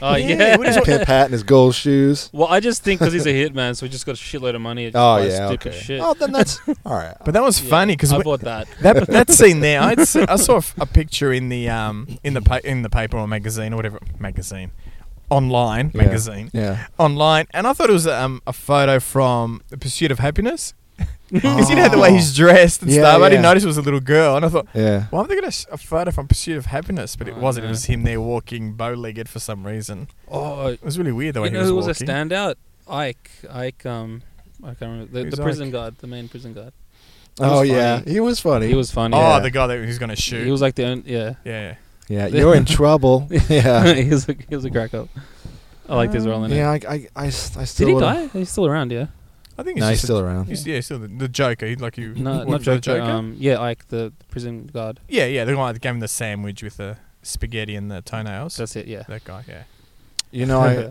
Speaker 2: Oh
Speaker 3: Yeah,
Speaker 2: yeah.
Speaker 3: what is it-
Speaker 1: pimp hat and his gold shoes.
Speaker 2: Well, I just think because he's a hitman, so he just got a shitload of money. and just
Speaker 1: Oh
Speaker 2: buys
Speaker 1: yeah,
Speaker 2: stupid
Speaker 1: okay.
Speaker 2: shit.
Speaker 1: Oh, then that's all right.
Speaker 3: But that was
Speaker 2: Yeah,
Speaker 3: funny because
Speaker 2: I bought that.
Speaker 3: That that scene there, I'd se- I saw a f- a picture in the um in the pa- in the paper or magazine or whatever magazine, online
Speaker 1: Yeah.
Speaker 3: magazine
Speaker 1: Yeah.
Speaker 3: online, and I thought it was um a photo from The Pursuit of Happiness because you know the way he's dressed and
Speaker 1: Yeah,
Speaker 3: stuff. I didn't
Speaker 1: yeah.
Speaker 3: notice it was a little girl, and I thought.
Speaker 1: Yeah.
Speaker 3: Why haven't they got a, sh- a photo from Pursuit of Happiness? But it
Speaker 2: Oh,
Speaker 3: wasn't. It
Speaker 2: no.
Speaker 3: was him there walking bow-legged for some reason.
Speaker 2: Oh,
Speaker 3: It was really weird the way
Speaker 2: you know
Speaker 3: he was
Speaker 2: who was
Speaker 3: walking.
Speaker 2: a standout? Ike. Ike. Um, I can't remember the,
Speaker 3: Who's
Speaker 2: the prison
Speaker 3: Ike?
Speaker 2: guard, the main prison guard. was
Speaker 1: oh yeah,
Speaker 2: funny.
Speaker 1: he was funny.
Speaker 2: He was funny.
Speaker 1: Yeah.
Speaker 3: Oh, the guy that who's gonna shoot.
Speaker 2: He was like the only, yeah.
Speaker 3: yeah.
Speaker 1: Yeah, you're in trouble. Yeah, Uh,
Speaker 2: he was a, he was a crack up. I liked his role in
Speaker 1: yeah.
Speaker 2: it.
Speaker 1: I, I, I, s- I still.
Speaker 2: Did he
Speaker 1: don't-
Speaker 2: die? He's still around, yeah.
Speaker 3: I think he's
Speaker 1: No, he's
Speaker 3: just a-
Speaker 1: still around.
Speaker 3: he's- yeah, still the, the Joker. He, like you.
Speaker 2: No,
Speaker 3: what,
Speaker 2: not
Speaker 3: the
Speaker 2: Joker. Um, yeah, Ike, the prison guard.
Speaker 3: yeah, yeah, the guy that gave him the sandwich with the spaghetti and the toenails.
Speaker 2: That's it. Yeah.
Speaker 3: that guy. Yeah.
Speaker 1: You know, I,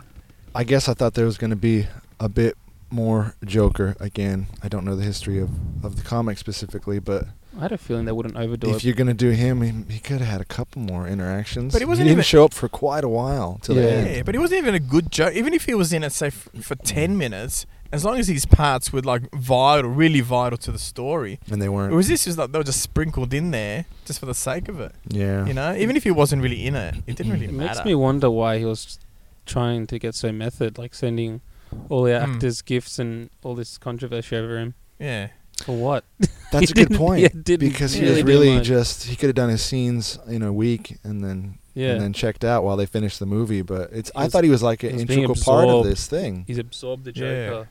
Speaker 1: I guess I thought there was going to be a bit more Joker again. I don't know the history of of the comic specifically, but
Speaker 2: I had a feeling they wouldn't overdo
Speaker 1: if
Speaker 2: it.
Speaker 1: you're going to do him, he, he could have had a couple more interactions.
Speaker 3: But he wasn't
Speaker 1: he didn't
Speaker 3: even-
Speaker 1: show up for quite a while till the
Speaker 2: Yeah.
Speaker 1: end.
Speaker 3: Yeah, but he wasn't even a good joke. Even if he was in it, say, f- for 10 minutes, as long as his parts were like vital, really vital to the story,
Speaker 1: And they
Speaker 3: it
Speaker 1: weren't.
Speaker 3: was this just like they were just sprinkled in there just for the sake of it,
Speaker 1: yeah.
Speaker 3: you know? Even if he wasn't really in it, it didn't really
Speaker 2: It
Speaker 3: matter.
Speaker 2: makes me wonder why he was trying to get so method, like sending all the
Speaker 3: Hmm.
Speaker 2: actors gifts and all this controversy over him.
Speaker 3: yeah.
Speaker 2: For what?
Speaker 1: That's a
Speaker 2: He
Speaker 1: good
Speaker 2: didn't-
Speaker 1: point.
Speaker 2: yeah, didn't
Speaker 1: because he
Speaker 2: really
Speaker 1: was
Speaker 2: do
Speaker 1: really
Speaker 2: much.
Speaker 1: just he could have done his scenes in a week and then
Speaker 2: Yeah.
Speaker 1: and then checked out while they finished the movie. But it's I
Speaker 2: was-
Speaker 1: thought he was like
Speaker 2: he
Speaker 1: an
Speaker 2: was being
Speaker 1: integral part of
Speaker 2: absorbed.
Speaker 1: this thing.
Speaker 2: He's absorbed the
Speaker 3: Yeah.
Speaker 2: Joker.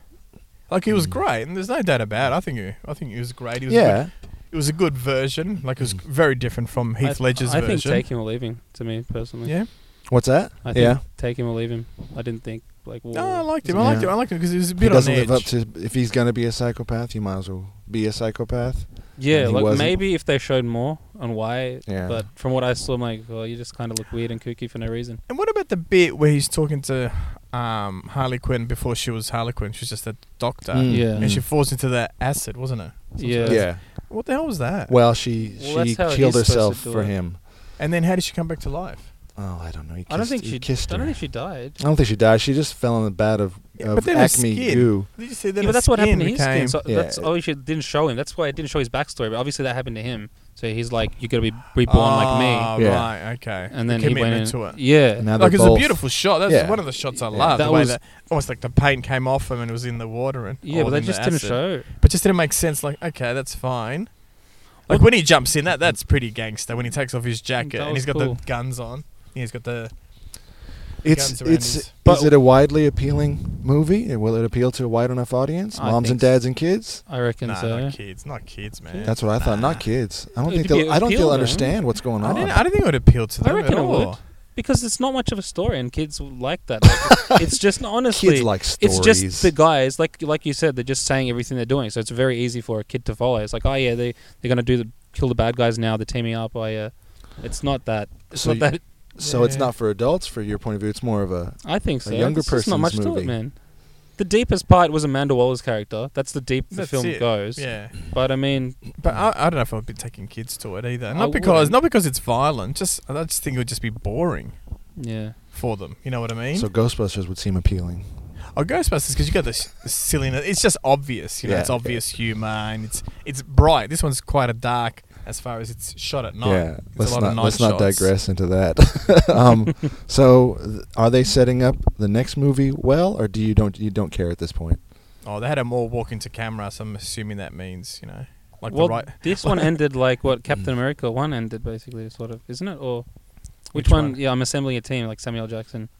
Speaker 3: Like, he was
Speaker 2: Hmm.
Speaker 3: great, and there's no doubt about it. I think he, I think he was great. He was a good-
Speaker 1: Yeah,
Speaker 3: it was a good version. Like, it was very different from
Speaker 2: Hmm. I,
Speaker 3: Heath Ledger's
Speaker 2: I think
Speaker 3: version.
Speaker 2: take him or leave him. To me personally,
Speaker 3: yeah.
Speaker 1: what's that?
Speaker 2: I think
Speaker 1: yeah,
Speaker 2: take him or leave him. I didn't think like.
Speaker 3: No, I
Speaker 2: whoa.
Speaker 3: liked him. I
Speaker 1: Yeah.
Speaker 3: liked him. I liked him because he was a
Speaker 1: he
Speaker 3: bit on
Speaker 1: doesn't
Speaker 3: edge.
Speaker 1: live up to. If he's gonna be a psychopath, he might as well be a psychopath.
Speaker 2: Yeah,
Speaker 1: and he
Speaker 2: like
Speaker 1: wasn't.
Speaker 2: maybe if they showed more on why.
Speaker 1: Yeah.
Speaker 2: But from what I saw, I'm like, well, you just kind of look weird and kooky for no reason.
Speaker 3: And what about the bit where he's talking to um, Harley Quinn before she was Harley Quinn? She was just a doctor,
Speaker 1: Mm.
Speaker 2: Yeah.
Speaker 3: and she falls into that acid, wasn't it? Some sort
Speaker 2: Yeah.
Speaker 3: of- What the hell was that?
Speaker 1: Well, she
Speaker 2: Well,
Speaker 1: she
Speaker 2: that's how
Speaker 1: killed
Speaker 2: he's supposed to
Speaker 1: herself
Speaker 2: do
Speaker 1: for
Speaker 2: it.
Speaker 1: him.
Speaker 3: and then how did she come back to life?
Speaker 1: Oh, I don't know. He kissed,
Speaker 2: I don't think
Speaker 1: he
Speaker 2: she.
Speaker 1: kissed her.
Speaker 2: I don't think she died.
Speaker 1: I don't think she died. She just fell in the bat of,
Speaker 3: Yeah,
Speaker 1: of
Speaker 3: but then her
Speaker 1: acne
Speaker 3: skin-
Speaker 1: goo.
Speaker 3: Did you see that?
Speaker 2: Yeah, but that's what happened to his
Speaker 3: became,
Speaker 2: skin. So
Speaker 1: Yeah.
Speaker 2: that's oh, she didn't show him. That's why it didn't show his backstory. But obviously that happened to him. So he's like, you got to be reborn like me.
Speaker 3: Oh,
Speaker 1: Yeah.
Speaker 3: Right. Okay.
Speaker 2: And then
Speaker 3: the
Speaker 2: he went
Speaker 3: commitment
Speaker 2: into
Speaker 3: to
Speaker 2: it.
Speaker 3: it.
Speaker 2: Yeah.
Speaker 1: And now
Speaker 3: Like
Speaker 1: they're
Speaker 3: Oh, it's a
Speaker 1: both-
Speaker 3: beautiful shot. That's
Speaker 1: Yeah.
Speaker 3: one of the shots I
Speaker 1: Yeah.
Speaker 3: love.
Speaker 2: That
Speaker 3: the way
Speaker 2: was-
Speaker 3: that almost like the paint came off him and it was in the water and
Speaker 2: yeah,
Speaker 3: all
Speaker 2: but they
Speaker 3: in the
Speaker 2: just didn't
Speaker 3: acid.
Speaker 2: show.
Speaker 3: But just didn't make sense. Like, okay, that's fine. Like when he jumps in, that that's pretty gangster. When he takes off his jacket
Speaker 2: That
Speaker 3: and he's
Speaker 2: was
Speaker 3: got
Speaker 2: cool.
Speaker 3: the guns on, yeah, he's got the
Speaker 1: It's
Speaker 3: guns around
Speaker 1: it's
Speaker 3: his-
Speaker 1: is
Speaker 2: But-
Speaker 1: it a widely appealing movie? Will it appeal to a wide enough audience?
Speaker 2: I
Speaker 1: Moms
Speaker 2: think
Speaker 1: and dads and kids?
Speaker 2: I reckon
Speaker 3: nah,
Speaker 2: so.
Speaker 3: not kids, not kids, man.
Speaker 1: That's what I thought. Not kids. I don't
Speaker 2: It'd
Speaker 1: think
Speaker 2: be
Speaker 1: they'll, I don't think they'll
Speaker 2: appealing.
Speaker 1: understand what's going
Speaker 3: I didn't.
Speaker 1: on.
Speaker 3: I don't think it would appeal to
Speaker 2: I
Speaker 3: them.
Speaker 2: reckon
Speaker 3: at
Speaker 2: it
Speaker 3: all.
Speaker 2: would. Because it's not much of a story, and kids will like that. Like, it's just honestly,
Speaker 1: Kids like stories.
Speaker 2: it's just the guys, like like you said, they're just saying everything they're doing. So it's very easy for a kid to follow. It's like, oh yeah, they they're gonna do the kill the bad guys now. They're teaming up. I, uh, it's not that. It's
Speaker 1: So
Speaker 2: not that.
Speaker 1: so it's
Speaker 3: Yeah.
Speaker 1: not for adults, for your point of view. It's more of a
Speaker 2: I think so.
Speaker 1: younger
Speaker 2: There's just
Speaker 1: person's
Speaker 2: not much to
Speaker 1: movie.
Speaker 2: it, man. The deepest part was Amanda Waller's character. That's the deep the
Speaker 3: That's
Speaker 2: film
Speaker 3: it.
Speaker 2: goes.
Speaker 3: Yeah,
Speaker 2: But I mean,
Speaker 3: but I, I don't know if I'd be taking kids to it either. Not
Speaker 2: I
Speaker 3: because
Speaker 2: wouldn't.
Speaker 3: not because it's violent. Just I just think it would just be boring
Speaker 2: yeah,
Speaker 3: for them. You know what I mean?
Speaker 1: so Ghostbusters would seem appealing.
Speaker 3: oh, Ghostbusters because you got this this silliness. It's just obvious. You know,
Speaker 1: Yeah.
Speaker 3: it's obvious humor and it's it's bright. This one's quite a dark as far as it's shot at night.
Speaker 1: yeah,
Speaker 3: It's
Speaker 1: let's
Speaker 3: a lot
Speaker 1: not
Speaker 3: of night
Speaker 1: let's not
Speaker 3: shots.
Speaker 1: digress into that. um, so th- are they setting up the next movie well, or do you don't you don't care at this point?
Speaker 3: Oh, they had them all walk into camera. So I'm assuming that means you know, like
Speaker 2: well,
Speaker 3: the right.
Speaker 2: this one ended like what Captain
Speaker 1: Mm.
Speaker 2: America one ended basically, sort of, isn't it? Or which,
Speaker 3: Which
Speaker 2: one?
Speaker 3: one?
Speaker 2: Yeah, I'm assembling a team like Samuel Jackson.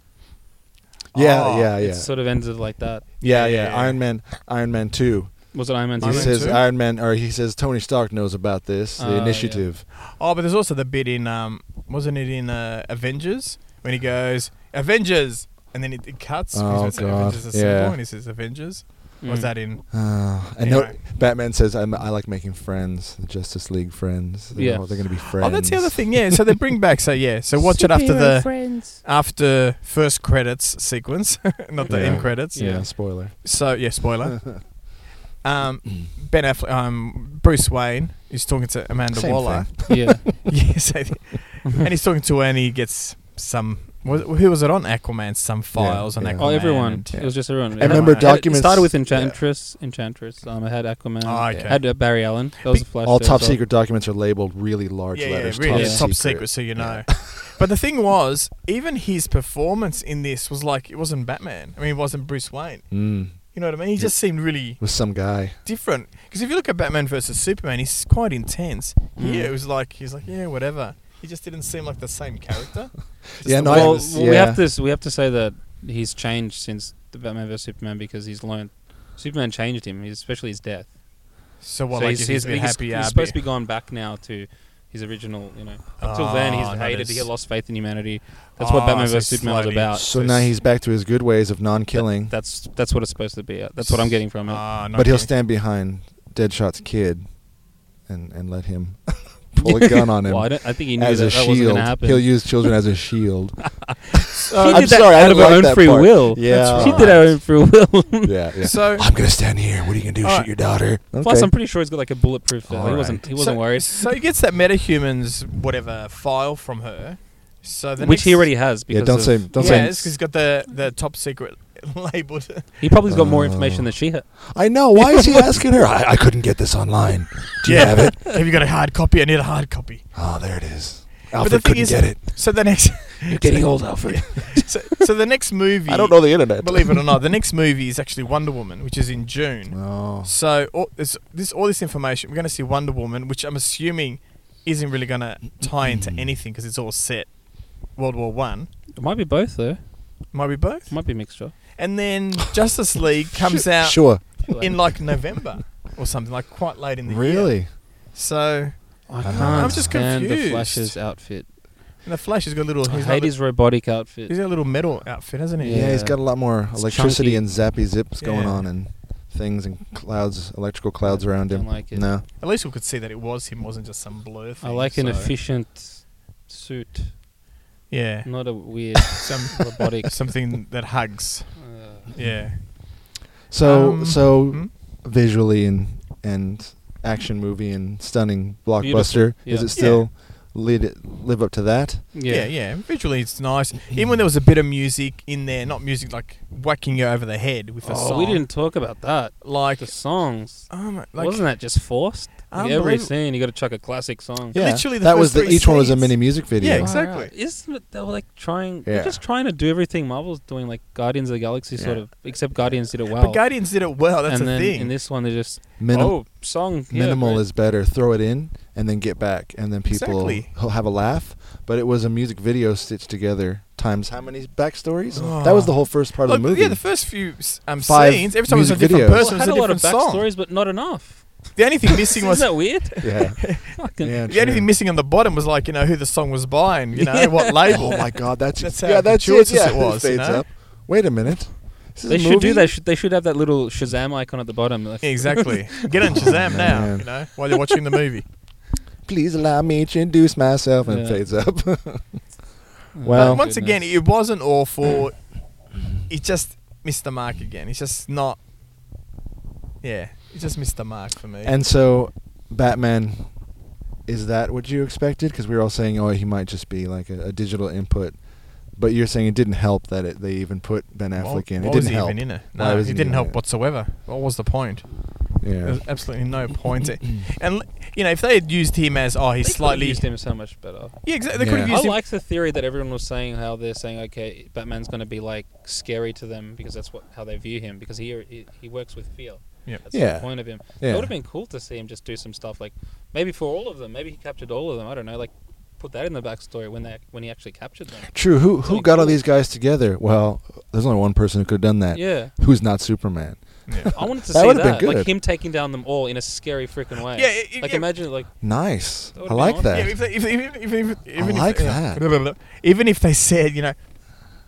Speaker 1: Yeah,
Speaker 3: Oh,
Speaker 1: yeah,
Speaker 2: It
Speaker 1: yeah,
Speaker 2: sort of ended like that.
Speaker 1: yeah, yeah,
Speaker 3: yeah, yeah.
Speaker 1: Iron Man, Iron Man Two.
Speaker 2: Was it Iron Man?
Speaker 1: He
Speaker 3: Iron Man Ah,
Speaker 2: two?
Speaker 1: says
Speaker 3: 2?
Speaker 1: Iron Man, or he says Tony Stark knows about this,
Speaker 2: Oh,
Speaker 1: the
Speaker 2: yeah.
Speaker 1: initiative.
Speaker 3: Oh, but there's also the bit in um, wasn't it in uh, Avengers when he goes Avengers, and then it, it cuts.
Speaker 1: Oh,
Speaker 3: because it's
Speaker 1: God.
Speaker 3: Avengers is
Speaker 1: Yeah.
Speaker 3: simple, and he says Avengers. Or is
Speaker 2: Mm.
Speaker 3: that in?
Speaker 1: Uh, and
Speaker 3: Anyway.
Speaker 1: no, Batman says, I'm, "I like making friends, the Justice League friends. They're
Speaker 2: Yeah.
Speaker 1: all- they're going to be friends."
Speaker 3: Oh, that's the other thing. Yeah, so they bring back. So yeah, so watch it after the
Speaker 2: friends.
Speaker 3: after first credits sequence, not the
Speaker 1: Yeah.
Speaker 3: end credits.
Speaker 1: Yeah,
Speaker 2: Yeah.
Speaker 1: spoiler.
Speaker 3: So yeah, spoiler. um, Ben Affleck, um, Bruce Wayne is talking to Amanda
Speaker 1: Same
Speaker 3: Waller.
Speaker 1: thing.
Speaker 2: Mm. Yeah, Oh,
Speaker 3: yes, I think. and he's talking to her, and he gets some. Was, who was it on Aquaman? Some files on
Speaker 1: yeah.
Speaker 3: Aquaman.
Speaker 2: oh everyone.
Speaker 3: and-
Speaker 2: It was just everyone.
Speaker 1: I remember
Speaker 3: Had it- it
Speaker 1: documents.
Speaker 2: It started with
Speaker 1: yeah.
Speaker 2: Enchantress. Enchantress. Um, I had Aquaman.
Speaker 3: Oh, okay.
Speaker 2: Had uh, Barry Allen. That was a flash.
Speaker 1: all
Speaker 2: there
Speaker 1: top
Speaker 2: as well.
Speaker 1: secret documents are labeled really large
Speaker 3: yeah,
Speaker 1: letters.
Speaker 3: yeah, really,
Speaker 2: top
Speaker 3: it's top secret. so you know. but the thing was, even his performance in this was like it wasn't Batman. I mean, it wasn't Bruce Wayne.
Speaker 1: Mm,
Speaker 3: You know what I mean? He just seemed really
Speaker 1: with some guy.
Speaker 3: different. Because if you look at Batman versus Superman, he's quite intense.
Speaker 2: Mm.
Speaker 1: Hmm.
Speaker 3: Yeah, it was like he's like yeah, whatever. He just didn't seem like the same character. Just
Speaker 1: Yeah,
Speaker 3: the
Speaker 1: no,
Speaker 3: way
Speaker 1: I-
Speaker 3: he
Speaker 2: well,
Speaker 3: was-
Speaker 1: yeah.
Speaker 2: we have to s- we have to say that he's changed since the Batman vs Superman because he's learned Superman changed him, especially his death.
Speaker 3: So what?
Speaker 2: so
Speaker 3: like
Speaker 2: he's,
Speaker 3: if
Speaker 2: he's,
Speaker 3: he's been
Speaker 2: he's-
Speaker 3: happy.
Speaker 2: he's
Speaker 3: happy.
Speaker 2: supposed to be gone back now to his original, you know. Until then,
Speaker 3: Ah,
Speaker 2: he's hated.
Speaker 3: notice.
Speaker 2: He lost faith in humanity. That's what
Speaker 3: Ah,
Speaker 2: Batman
Speaker 3: so
Speaker 2: vs Superman was
Speaker 3: slowly-
Speaker 2: about.
Speaker 1: So
Speaker 3: so
Speaker 1: now
Speaker 3: s-
Speaker 1: he's back to his good ways of non-killing,
Speaker 2: That's that's what it's supposed to be. Uh, That's what I'm getting from it.
Speaker 3: Ah, not
Speaker 1: but he'll
Speaker 3: gay.
Speaker 1: stand behind Deadshot's kid, and and let him pull a gun on him
Speaker 2: well, I, don't, I think he knew that,
Speaker 1: as a
Speaker 2: that wasn't
Speaker 1: shield.
Speaker 2: going to happen.
Speaker 1: He'll use children as a shield.
Speaker 2: She
Speaker 1: I'm
Speaker 2: did that
Speaker 1: sorry, I
Speaker 2: out
Speaker 1: didn't
Speaker 2: of her
Speaker 1: like
Speaker 2: own
Speaker 1: that
Speaker 2: free
Speaker 1: part.
Speaker 2: will.
Speaker 1: Yeah,
Speaker 2: She did her own free will.
Speaker 1: yeah, yeah.
Speaker 3: So
Speaker 1: I'm gonna stand here. What are you gonna do?
Speaker 3: All
Speaker 1: Shoot
Speaker 3: right.
Speaker 1: your daughter?
Speaker 2: Plus,
Speaker 1: Okay.
Speaker 2: I'm pretty sure he's got like a bulletproof. Uh, he
Speaker 1: Alright.
Speaker 2: wasn't. He wasn't
Speaker 3: so,
Speaker 2: worried.
Speaker 3: So he gets that MetaHumans whatever file from her. So the
Speaker 2: Which
Speaker 3: next,
Speaker 2: he already has.
Speaker 1: yeah,
Speaker 2: Because
Speaker 1: don't
Speaker 2: of-
Speaker 1: say. Don't
Speaker 3: yeah,
Speaker 1: say.
Speaker 3: it's 'cause he's got the the top secret labeled.
Speaker 2: He probably's got more
Speaker 1: Oh.
Speaker 2: information than she had.
Speaker 1: I know. Why is he asking her? I, I couldn't get this online. Do you
Speaker 3: Yeah.
Speaker 1: have it?
Speaker 3: Have you got a hard copy? I need a hard copy.
Speaker 1: Oh, there it is.
Speaker 3: the thing
Speaker 1: Alfred couldn't
Speaker 3: is-
Speaker 1: get it.
Speaker 3: So the next,
Speaker 1: You're getting old, Alfred.
Speaker 3: so, so the next movie.
Speaker 1: I don't know the internet.
Speaker 3: Believe it or not, the next movie is actually Wonder Woman, which is in June.
Speaker 1: Oh.
Speaker 3: So all this, this all this information, we're going to see Wonder Woman, which I'm assuming isn't really going to tie into
Speaker 1: Mm-hmm.
Speaker 3: anything because it's all set World War One.
Speaker 2: It might be both though.
Speaker 3: Might be both.
Speaker 2: It might be a mixture.
Speaker 3: And then Justice League comes out
Speaker 1: Sure.
Speaker 3: in like November or something, like quite late in the year.
Speaker 1: Really?
Speaker 3: So
Speaker 1: don't
Speaker 2: I can't
Speaker 1: know. I'm
Speaker 3: just
Speaker 2: stand the
Speaker 3: confused.
Speaker 2: Flash's outfit.
Speaker 3: and the Flash has got a little.
Speaker 2: I
Speaker 3: He's,
Speaker 2: hate
Speaker 3: got,
Speaker 2: his robotic
Speaker 3: he's
Speaker 2: outfit.
Speaker 3: got a little metal outfit, hasn't he?
Speaker 1: Yeah. he's got a lot more
Speaker 2: It's
Speaker 1: electricity
Speaker 2: chunky.
Speaker 1: and zappy zips going
Speaker 3: Yeah.
Speaker 1: on and things and clouds, electrical clouds
Speaker 2: I
Speaker 1: around him.
Speaker 2: don't like it.
Speaker 1: No.
Speaker 3: At least we could see that it was him, wasn't just some blur thing.
Speaker 2: I like an
Speaker 3: so-
Speaker 2: efficient suit,
Speaker 3: Yeah.
Speaker 2: not a weird
Speaker 3: Some
Speaker 2: robotic.
Speaker 3: something that hugs.
Speaker 2: Uh,
Speaker 3: Yeah.
Speaker 1: So
Speaker 3: Um,
Speaker 1: so
Speaker 3: hmm?
Speaker 1: visually and and action movie and stunning blockbuster. Is
Speaker 2: Yeah.
Speaker 1: it still lead, live up to that?
Speaker 2: yeah. Mm.
Speaker 3: Yeah. yeah, Visually, it's nice. Even when there was a bit of music in there, not music like whacking you over the head with a
Speaker 2: Oh,
Speaker 3: song.
Speaker 2: we didn't talk about that.
Speaker 3: like.
Speaker 2: The songs.
Speaker 3: Oh my, like
Speaker 2: Wasn't that just forced? Like every
Speaker 3: unbelievable.
Speaker 2: scene, you got to chuck a classic song.
Speaker 3: Yeah. Literally the
Speaker 1: that
Speaker 3: first
Speaker 1: was the
Speaker 3: three
Speaker 1: each one was a
Speaker 3: scenes.
Speaker 1: mini music video.
Speaker 3: Yeah, exactly.
Speaker 2: Wow. Isn't it they were like trying
Speaker 1: Yeah.
Speaker 2: they're just trying to do everything Marvel's doing, like Guardians of the Galaxy sort
Speaker 1: Yeah.
Speaker 2: of except Guardians did it well.
Speaker 3: But Guardians did it well. That's
Speaker 2: and
Speaker 3: the
Speaker 2: then
Speaker 3: thing.
Speaker 2: in this one they're just
Speaker 1: Minim-
Speaker 2: Oh, song yeah,
Speaker 1: minimal
Speaker 2: great.
Speaker 1: is better. Throw it in and then get back, and then people
Speaker 3: Exactly.
Speaker 1: will have a laugh. But it was a music video stitched together times how many backstories? That was the whole first part of
Speaker 3: Ah. Look,
Speaker 1: the movie.
Speaker 3: Yeah, the first few s- um,
Speaker 1: Five
Speaker 3: scenes, every time it was a
Speaker 1: music videos.
Speaker 3: different
Speaker 2: Well,
Speaker 3: person,
Speaker 2: it
Speaker 3: it
Speaker 2: had
Speaker 3: was a
Speaker 2: a lot of
Speaker 3: different song.
Speaker 2: backstories, but not enough.
Speaker 3: The only thing missing was
Speaker 2: Isn't that weird?
Speaker 1: yeah.
Speaker 2: Fucking-
Speaker 1: yeah
Speaker 3: the only
Speaker 1: true.
Speaker 3: thing missing on the bottom was like you know who the song was by and you know what label.
Speaker 1: Oh my god, that's,
Speaker 3: That's how
Speaker 1: yeah, that's it.
Speaker 3: gratuitous
Speaker 1: Yeah,
Speaker 3: it was, you
Speaker 1: fades
Speaker 3: know?
Speaker 1: up. Wait a minute. This is
Speaker 2: They
Speaker 1: a
Speaker 2: should do
Speaker 1: movie?
Speaker 2: that. Should, they should have that little Shazam icon at the bottom. Like,
Speaker 3: exactly. Get on Shazam
Speaker 2: Oh,
Speaker 3: now.
Speaker 1: Man.
Speaker 3: You know while you're watching the movie.
Speaker 1: Please allow me to introduce myself, and it
Speaker 2: Yeah.
Speaker 1: fades up.
Speaker 2: Oh,
Speaker 1: well,
Speaker 3: but once again,
Speaker 2: goodness.
Speaker 3: it wasn't awful. it just missed the mark again. It's just not. Yeah, it just missed the mark for me.
Speaker 1: and so Batman. Is that what you expected? Because we were all saying, oh, he might just be like a, a digital input, but you're saying it didn't help that it, they even put Ben
Speaker 3: Well,
Speaker 1: Affleck in. It
Speaker 3: why was
Speaker 1: didn't
Speaker 3: he
Speaker 1: help.
Speaker 3: Even in it?
Speaker 1: Why
Speaker 3: No,
Speaker 1: was
Speaker 3: it
Speaker 1: he
Speaker 3: didn't
Speaker 1: in
Speaker 3: help
Speaker 1: it?
Speaker 3: whatsoever. What was the point?
Speaker 1: Yeah.
Speaker 3: There's absolutely no point. and you know, if they had used him as oh,
Speaker 2: They
Speaker 3: he's
Speaker 2: could've
Speaker 3: slightly
Speaker 2: used him so much better.
Speaker 3: yeah, exactly. They could have
Speaker 1: Yeah.
Speaker 2: I
Speaker 3: used him.
Speaker 2: like the theory that everyone was saying how they're saying okay, Batman's going to be like scary to them because that's what how they view him because he he, he works with fear.
Speaker 3: Yep.
Speaker 2: That's
Speaker 1: Yeah.
Speaker 2: the point of him. It
Speaker 1: Yeah.
Speaker 2: would have been cool to see him just do some stuff like maybe for all of them. Maybe he captured all of them. I don't know. Like put that in the backstory when they when he actually captured them.
Speaker 1: True. Who who
Speaker 2: Like,
Speaker 1: got all
Speaker 2: cool.
Speaker 1: these guys together? Well, there's only one person who could have done that.
Speaker 2: Yeah.
Speaker 1: Who's not Superman?
Speaker 3: Yeah.
Speaker 2: I wanted to
Speaker 1: That
Speaker 2: see
Speaker 1: would've been
Speaker 2: that,
Speaker 1: good.
Speaker 2: like him taking down them all in a scary freaking way.
Speaker 3: Yeah, it- it-
Speaker 2: like
Speaker 3: yeah.
Speaker 2: imagine like
Speaker 1: Nice.
Speaker 2: That
Speaker 1: I
Speaker 2: would've
Speaker 1: like
Speaker 2: been
Speaker 1: that.
Speaker 3: Yeah, if they, if, if, if, if, even
Speaker 1: like
Speaker 3: if,
Speaker 1: that.
Speaker 3: yeah. Even if they said, you know,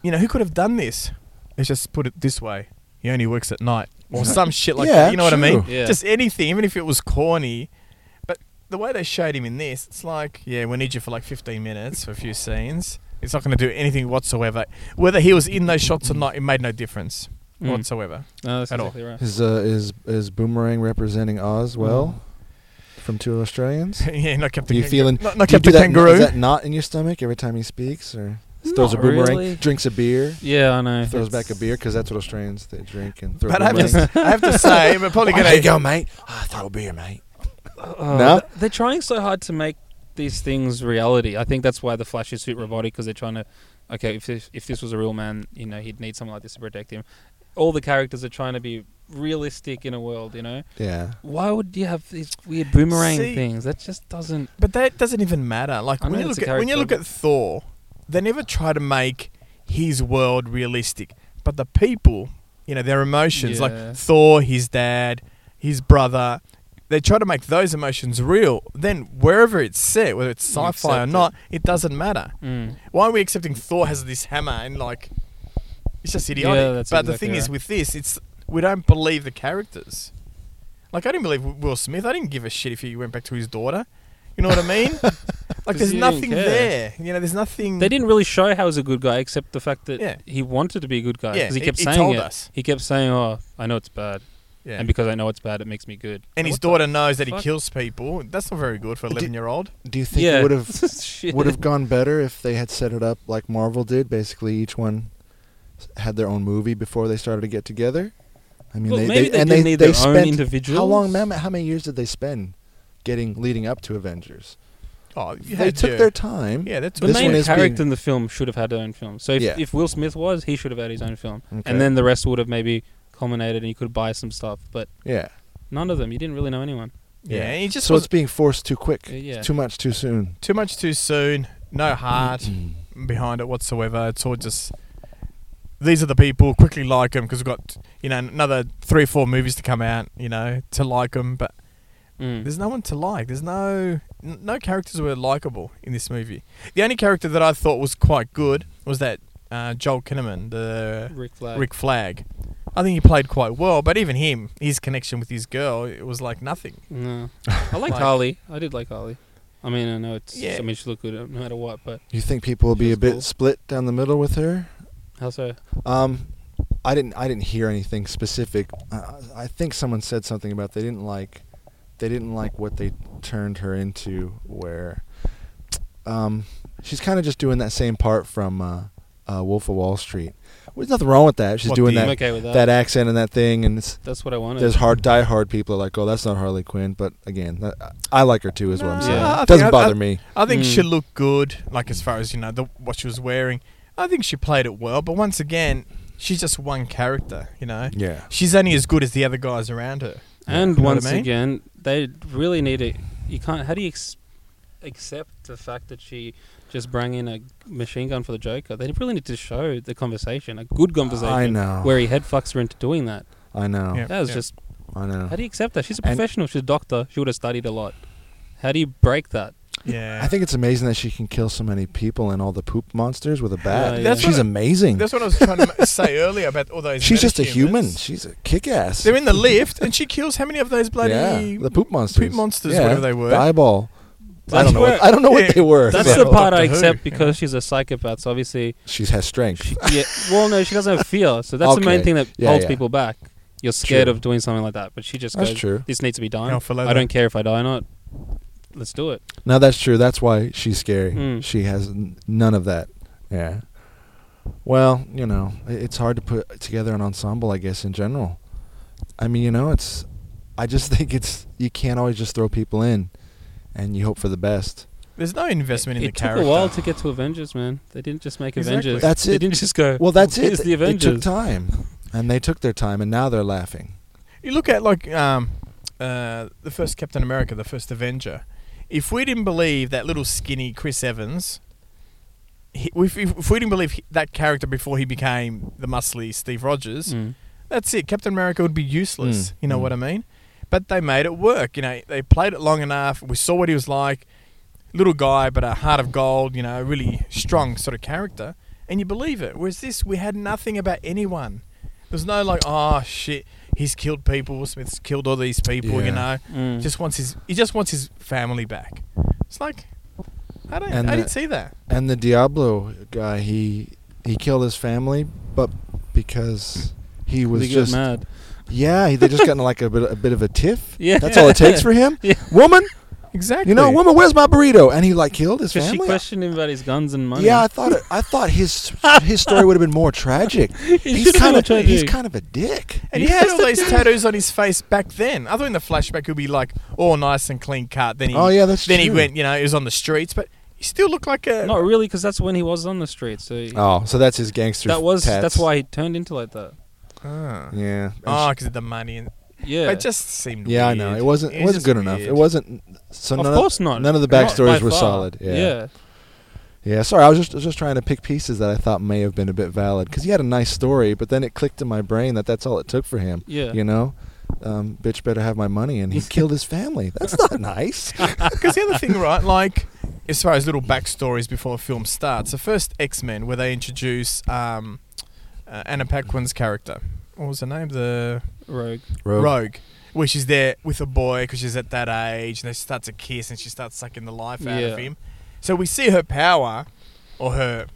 Speaker 3: you know, who could have done this? Let's just put it this way: he only works at night, or
Speaker 1: Yeah.
Speaker 3: some shit like
Speaker 1: Yeah,
Speaker 3: that. You know what I mean?
Speaker 1: true.
Speaker 2: Yeah.
Speaker 3: Just anything, even if it was corny. But the way they showed him in this, it's like, yeah, we need you for like 15 minutes for a few scenes. It's not going to do anything whatsoever. Whether he was in those shots or not, it made no difference
Speaker 1: Hmm.
Speaker 2: Mm.
Speaker 3: whatsoever.
Speaker 2: no, that's
Speaker 3: At all.
Speaker 2: exactly right.
Speaker 1: Is uh, is is Boomerang representing
Speaker 3: Mm.
Speaker 1: Oz well from Two Australians?
Speaker 3: yeah, not Captain.
Speaker 1: Do you
Speaker 3: Kangaroo.
Speaker 1: feeling?
Speaker 3: Not, not
Speaker 1: do you do
Speaker 3: Captain
Speaker 1: that,
Speaker 3: Kangaroo.
Speaker 1: Is that knot in your stomach every time he speaks, or just throws a
Speaker 2: Not
Speaker 1: boomerang,
Speaker 2: really.
Speaker 1: drinks a beer,
Speaker 2: Yeah, I know.
Speaker 1: throws
Speaker 2: It's-
Speaker 1: back a beer? Because that's what Australians they drink and throw
Speaker 3: but I have,
Speaker 1: boomerangs.
Speaker 3: to, I have to say, we're probably
Speaker 1: Why
Speaker 3: going
Speaker 1: there you
Speaker 3: to
Speaker 1: go, mate. Ah, throw a beer, mate.
Speaker 2: Oh,
Speaker 1: No?
Speaker 2: th- They're trying so hard to make these things reality. I think that's why the Flash is suit robotic because they're trying to. Okay, if this, if this was a real man, you know, he'd need someone like this to protect him. All the characters are trying to be realistic in a world, you know.
Speaker 1: Yeah.
Speaker 2: Why would you have these weird boomerang
Speaker 3: See-
Speaker 2: things? That just doesn't.
Speaker 3: But that doesn't even matter. Like
Speaker 2: I
Speaker 3: when
Speaker 2: know
Speaker 3: you
Speaker 2: it's
Speaker 3: look
Speaker 2: a
Speaker 3: at when you look
Speaker 2: character,
Speaker 3: at Thor, they never try to make his world realistic. But the people, you know, their emotions,
Speaker 2: Yeah.
Speaker 3: like Thor, his dad, his brother, they try to make those emotions real. Then wherever it's set, whether it's
Speaker 2: You
Speaker 3: sci-fi or
Speaker 2: accept it.
Speaker 3: not, it doesn't matter.
Speaker 2: Mm.
Speaker 3: Why are we accepting Thor has this hammer and like it's just idiotic?
Speaker 2: Yeah, that's
Speaker 3: but the
Speaker 2: exactly
Speaker 3: thing is,
Speaker 2: right.
Speaker 3: with this, it's we don't believe the characters. Like I didn't believe Will Smith. I didn't give a shit if he went back to his daughter. You know what I mean? like
Speaker 2: 'Cause
Speaker 3: there's
Speaker 2: you didn't
Speaker 3: nothing
Speaker 2: care.
Speaker 3: there. You know, there's nothing.
Speaker 2: They didn't really show how he was a good guy, except the fact that
Speaker 3: Hmm. Yeah.
Speaker 2: he wanted to be a good guy
Speaker 3: Yeah,
Speaker 2: because he
Speaker 3: it-
Speaker 2: kept
Speaker 3: it
Speaker 2: saying
Speaker 3: told
Speaker 2: it.
Speaker 3: us.
Speaker 2: He kept saying, "Oh, I know it's bad,
Speaker 3: Yeah.
Speaker 2: and because I know it's bad, it makes me good."
Speaker 3: and his
Speaker 2: What the
Speaker 3: daughter knows that he
Speaker 2: fuck?
Speaker 3: kills people. That's not very good for an
Speaker 1: Did-
Speaker 3: 11 year old.
Speaker 1: Do you think
Speaker 2: yeah,
Speaker 1: it would have
Speaker 2: Shit.
Speaker 1: would have gone better if they had set it up like Marvel did? Basically, each one s- had their own movie before they started to get together. I mean,
Speaker 2: Well,
Speaker 1: they,
Speaker 2: maybe
Speaker 1: they,
Speaker 2: they
Speaker 1: and
Speaker 2: didn't
Speaker 1: they,
Speaker 2: need
Speaker 1: they
Speaker 2: their own
Speaker 1: spent how
Speaker 2: individuals.
Speaker 1: long? mem- How many years did they spend getting leading up to Avengers?
Speaker 3: Oh,
Speaker 1: they
Speaker 3: you had
Speaker 1: took
Speaker 3: your-
Speaker 1: their time.
Speaker 3: Yeah, that's
Speaker 2: The
Speaker 1: This
Speaker 2: main
Speaker 1: one is
Speaker 2: character
Speaker 1: being-
Speaker 2: in the film should have had their own film. So if,
Speaker 1: Yeah.
Speaker 2: if Will Smith was, he should have had his own film,
Speaker 1: Okay.
Speaker 2: and then the rest would have maybe culminated, and you could buy some stuff. But
Speaker 1: yeah.
Speaker 2: none of them. You didn't really know anyone.
Speaker 3: Yeah,
Speaker 1: Yeah.
Speaker 3: and he just
Speaker 1: so
Speaker 3: was
Speaker 1: it's being forced too quick,
Speaker 2: Uh, yeah.
Speaker 1: too much, too soon. Hmm.
Speaker 3: too much too soon. No heart behind it whatsoever. It's all just these are the people quickly like them because we've got you know another three or four movies to come out. You know to like them, but
Speaker 2: Mm.
Speaker 3: there's no one to like. There's no n- no characters were likable in this movie. The only character that I thought was quite good was that uh, Joel Kinnaman, the
Speaker 2: Rick Flag.
Speaker 3: Rick Flag. I think he played quite well, but even him, his connection with his girl, it was like nothing.
Speaker 2: No, I liked
Speaker 3: Like-
Speaker 2: Harley. I did like Harley. I mean, I know it's.
Speaker 3: Yeah.
Speaker 2: I mean, she looked good uh, no matter what. But
Speaker 1: You think people will be
Speaker 2: Feels
Speaker 1: a bit
Speaker 2: cool.
Speaker 1: split down the middle with her?
Speaker 2: how so?
Speaker 1: Um, I didn't. I didn't hear anything specific. Uh, I think someone said something about they didn't like, they didn't like what they turned her into. Where, um, she's kind of just doing that same part from uh, uh, Wolf of Wall Street. Well, There's nothing wrong with that. She's
Speaker 3: What
Speaker 1: doing
Speaker 3: the-
Speaker 1: that
Speaker 2: I'm okay with that.
Speaker 1: that accent and that thing, and it's,
Speaker 2: That's what I wanted.
Speaker 1: there's hard die hard people are like, oh, that's not Harley Quinn. But again, that, I like her too, is what I'm
Speaker 3: Nah,
Speaker 1: saying.
Speaker 2: I
Speaker 1: It
Speaker 3: think I-
Speaker 1: Doesn't bother me.
Speaker 3: I think
Speaker 2: Mm.
Speaker 1: Hmm.
Speaker 3: she looked good, like as far as you know, the, what she was wearing. I think she played it well, but once again, she's just one character. You know,
Speaker 1: Yeah.
Speaker 3: she's only as good as the other guys around her.
Speaker 2: And
Speaker 3: You know what I
Speaker 2: once
Speaker 3: mean?
Speaker 2: again, they really need it. You can't. How do you ex- accept the fact that she just brang in a machine gun for the Joker? They really need to show the conversation, a good conversation,
Speaker 1: I know.
Speaker 2: where he head fucks her into doing that.
Speaker 1: I know.
Speaker 3: Yeah.
Speaker 2: That was just.
Speaker 1: I know.
Speaker 2: How do you accept that? She's a
Speaker 1: And-
Speaker 2: professional. She's a doctor. She would have studied a lot. How do you break that?
Speaker 3: Yeah,
Speaker 1: I think it's amazing that she can kill so many people and all the poop monsters with a bat.
Speaker 2: Yeah, That's
Speaker 1: She's
Speaker 3: what I-
Speaker 1: amazing.
Speaker 3: that's what I was trying to ma- say earlier about all those.
Speaker 1: She's just a human.
Speaker 3: metahumans.
Speaker 1: She's a kick ass.
Speaker 3: They're in the lift, and she kills how many of those bloody?
Speaker 1: yeah, the poop monsters.
Speaker 3: monsters,
Speaker 1: yeah,
Speaker 3: whatever they were.
Speaker 1: The eyeball. I
Speaker 2: That's
Speaker 1: don't know.
Speaker 2: where-
Speaker 1: What, I don't know
Speaker 3: yeah,
Speaker 1: what they were.
Speaker 2: That's
Speaker 3: Yeah.
Speaker 1: but
Speaker 2: the part I
Speaker 3: Doctor Who,
Speaker 2: accept
Speaker 3: you know.
Speaker 2: because she's a psychopath. So obviously,
Speaker 1: she has strength.
Speaker 2: she, yeah, well, no, she doesn't have fear. So that's the main
Speaker 1: Okay.
Speaker 2: thing that
Speaker 1: Yeah,
Speaker 2: holds
Speaker 1: yeah.
Speaker 2: people back. You're scared
Speaker 1: True.
Speaker 2: of doing something like that, but she just
Speaker 1: That's
Speaker 2: goes,
Speaker 1: true.
Speaker 2: "This needs to be done.
Speaker 3: Alpha leather.
Speaker 2: I don't care if I die or not. Let's do it."
Speaker 1: Now that's true. That's why she's scary.
Speaker 3: Hmm.
Speaker 2: Mm.
Speaker 1: She has n- none of that. Yeah. Well, you know, i- it's hard to put together an ensemble, I guess, in general. I mean, you know, it's. I just think it's. You can't always just throw people in, and you hope for the best.
Speaker 3: There's no investment in
Speaker 2: it
Speaker 3: the
Speaker 2: took
Speaker 3: character.
Speaker 2: a while to get to Avengers, man. They didn't just make
Speaker 3: Exactly.
Speaker 2: Avengers.
Speaker 1: That's
Speaker 2: They
Speaker 1: it.
Speaker 2: didn't just go.
Speaker 1: Well, that's it.
Speaker 2: Here's the
Speaker 1: It took
Speaker 2: Avengers.
Speaker 1: time, and they took their time, and now they're laughing.
Speaker 3: You look at like um, uh, the first Captain America, the first Avenger. If we didn't believe that little skinny Chris Evans, he, if, if if we didn't believe he- that character before he became the muscly Steve Rogers,
Speaker 2: Mm.
Speaker 3: that's it. Captain America would be useless.
Speaker 1: Mm.
Speaker 3: You know
Speaker 1: Mm.
Speaker 3: what I mean? But they made it work. You know, they played it long enough. We saw what he was like. Little guy, but a heart of gold. You know, really strong sort of character, and you believe it. Whereas this, we had nothing about anyone. There's no like, oh shit, he's killed people. Will Smith's killed all these people.
Speaker 1: Yeah.
Speaker 3: You know,
Speaker 2: Mm.
Speaker 3: just wants his he just wants his family back. It's like, I don't,
Speaker 1: And
Speaker 3: I didn't
Speaker 1: the-
Speaker 3: see that.
Speaker 1: And the Diablo guy, he he killed his family, but because he was
Speaker 2: They got
Speaker 1: just
Speaker 2: mad.
Speaker 1: yeah, he- they just got in like a bit a bit of a tiff.
Speaker 2: Yeah.
Speaker 1: that's all it takes for him.
Speaker 2: Yeah.
Speaker 1: Woman,
Speaker 3: Exactly.
Speaker 1: you know, woman, where's my burrito? And he like killed his
Speaker 2: Because she
Speaker 1: family.
Speaker 2: questioned him about his guns and money.
Speaker 1: Yeah, I thought it, I thought his his story would have been more tragic. he's
Speaker 2: just
Speaker 1: kind of
Speaker 2: tragic.
Speaker 1: he's kind of a dick.
Speaker 3: And he
Speaker 2: Yeah.
Speaker 3: had all these tattoos on his face back then. I thought in the flashback he'll be like all nice and clean cut. Then he,
Speaker 1: Oh yeah, that's
Speaker 3: then he
Speaker 1: true.
Speaker 3: went, you know, he was on the streets, but he still looked like a.
Speaker 2: not really, because that's when he was on the street. So he-
Speaker 1: Oh, so that's his gangster.
Speaker 2: that was
Speaker 1: tats.
Speaker 2: that's why he turned into like that.
Speaker 3: Ah.
Speaker 1: Yeah.
Speaker 3: Oh, because of the money and
Speaker 2: Yeah.
Speaker 3: but it just seemed.
Speaker 1: Yeah, I
Speaker 3: weird.
Speaker 1: know. It wasn't. It, wasn't
Speaker 3: just
Speaker 1: good enough.
Speaker 3: weird.
Speaker 1: It wasn't. So
Speaker 2: of
Speaker 1: none
Speaker 2: course not.
Speaker 1: none of the
Speaker 2: Not by
Speaker 1: backstories were
Speaker 2: far.
Speaker 1: solid. Yeah.
Speaker 2: yeah.
Speaker 1: Yeah, Sorry, I was just I was just trying to pick pieces that I thought may have been a bit valid because he had a nice story, but then it clicked in my brain that that's all it took for him.
Speaker 2: Yeah.
Speaker 1: You know, um, "Bitch, better have my money," and he killed his family. That's not nice.
Speaker 3: Because the other thing, right, like as far as little backstories before a film starts, the first X Men where they introduce um, uh, Anna Paquin's character. What was her name? The
Speaker 2: Rogue.
Speaker 3: Rogue. Which is there with a boy because she's at that age, and they start to kiss, and she starts sucking the life out
Speaker 2: Yeah.
Speaker 3: of him. So we see her power, or her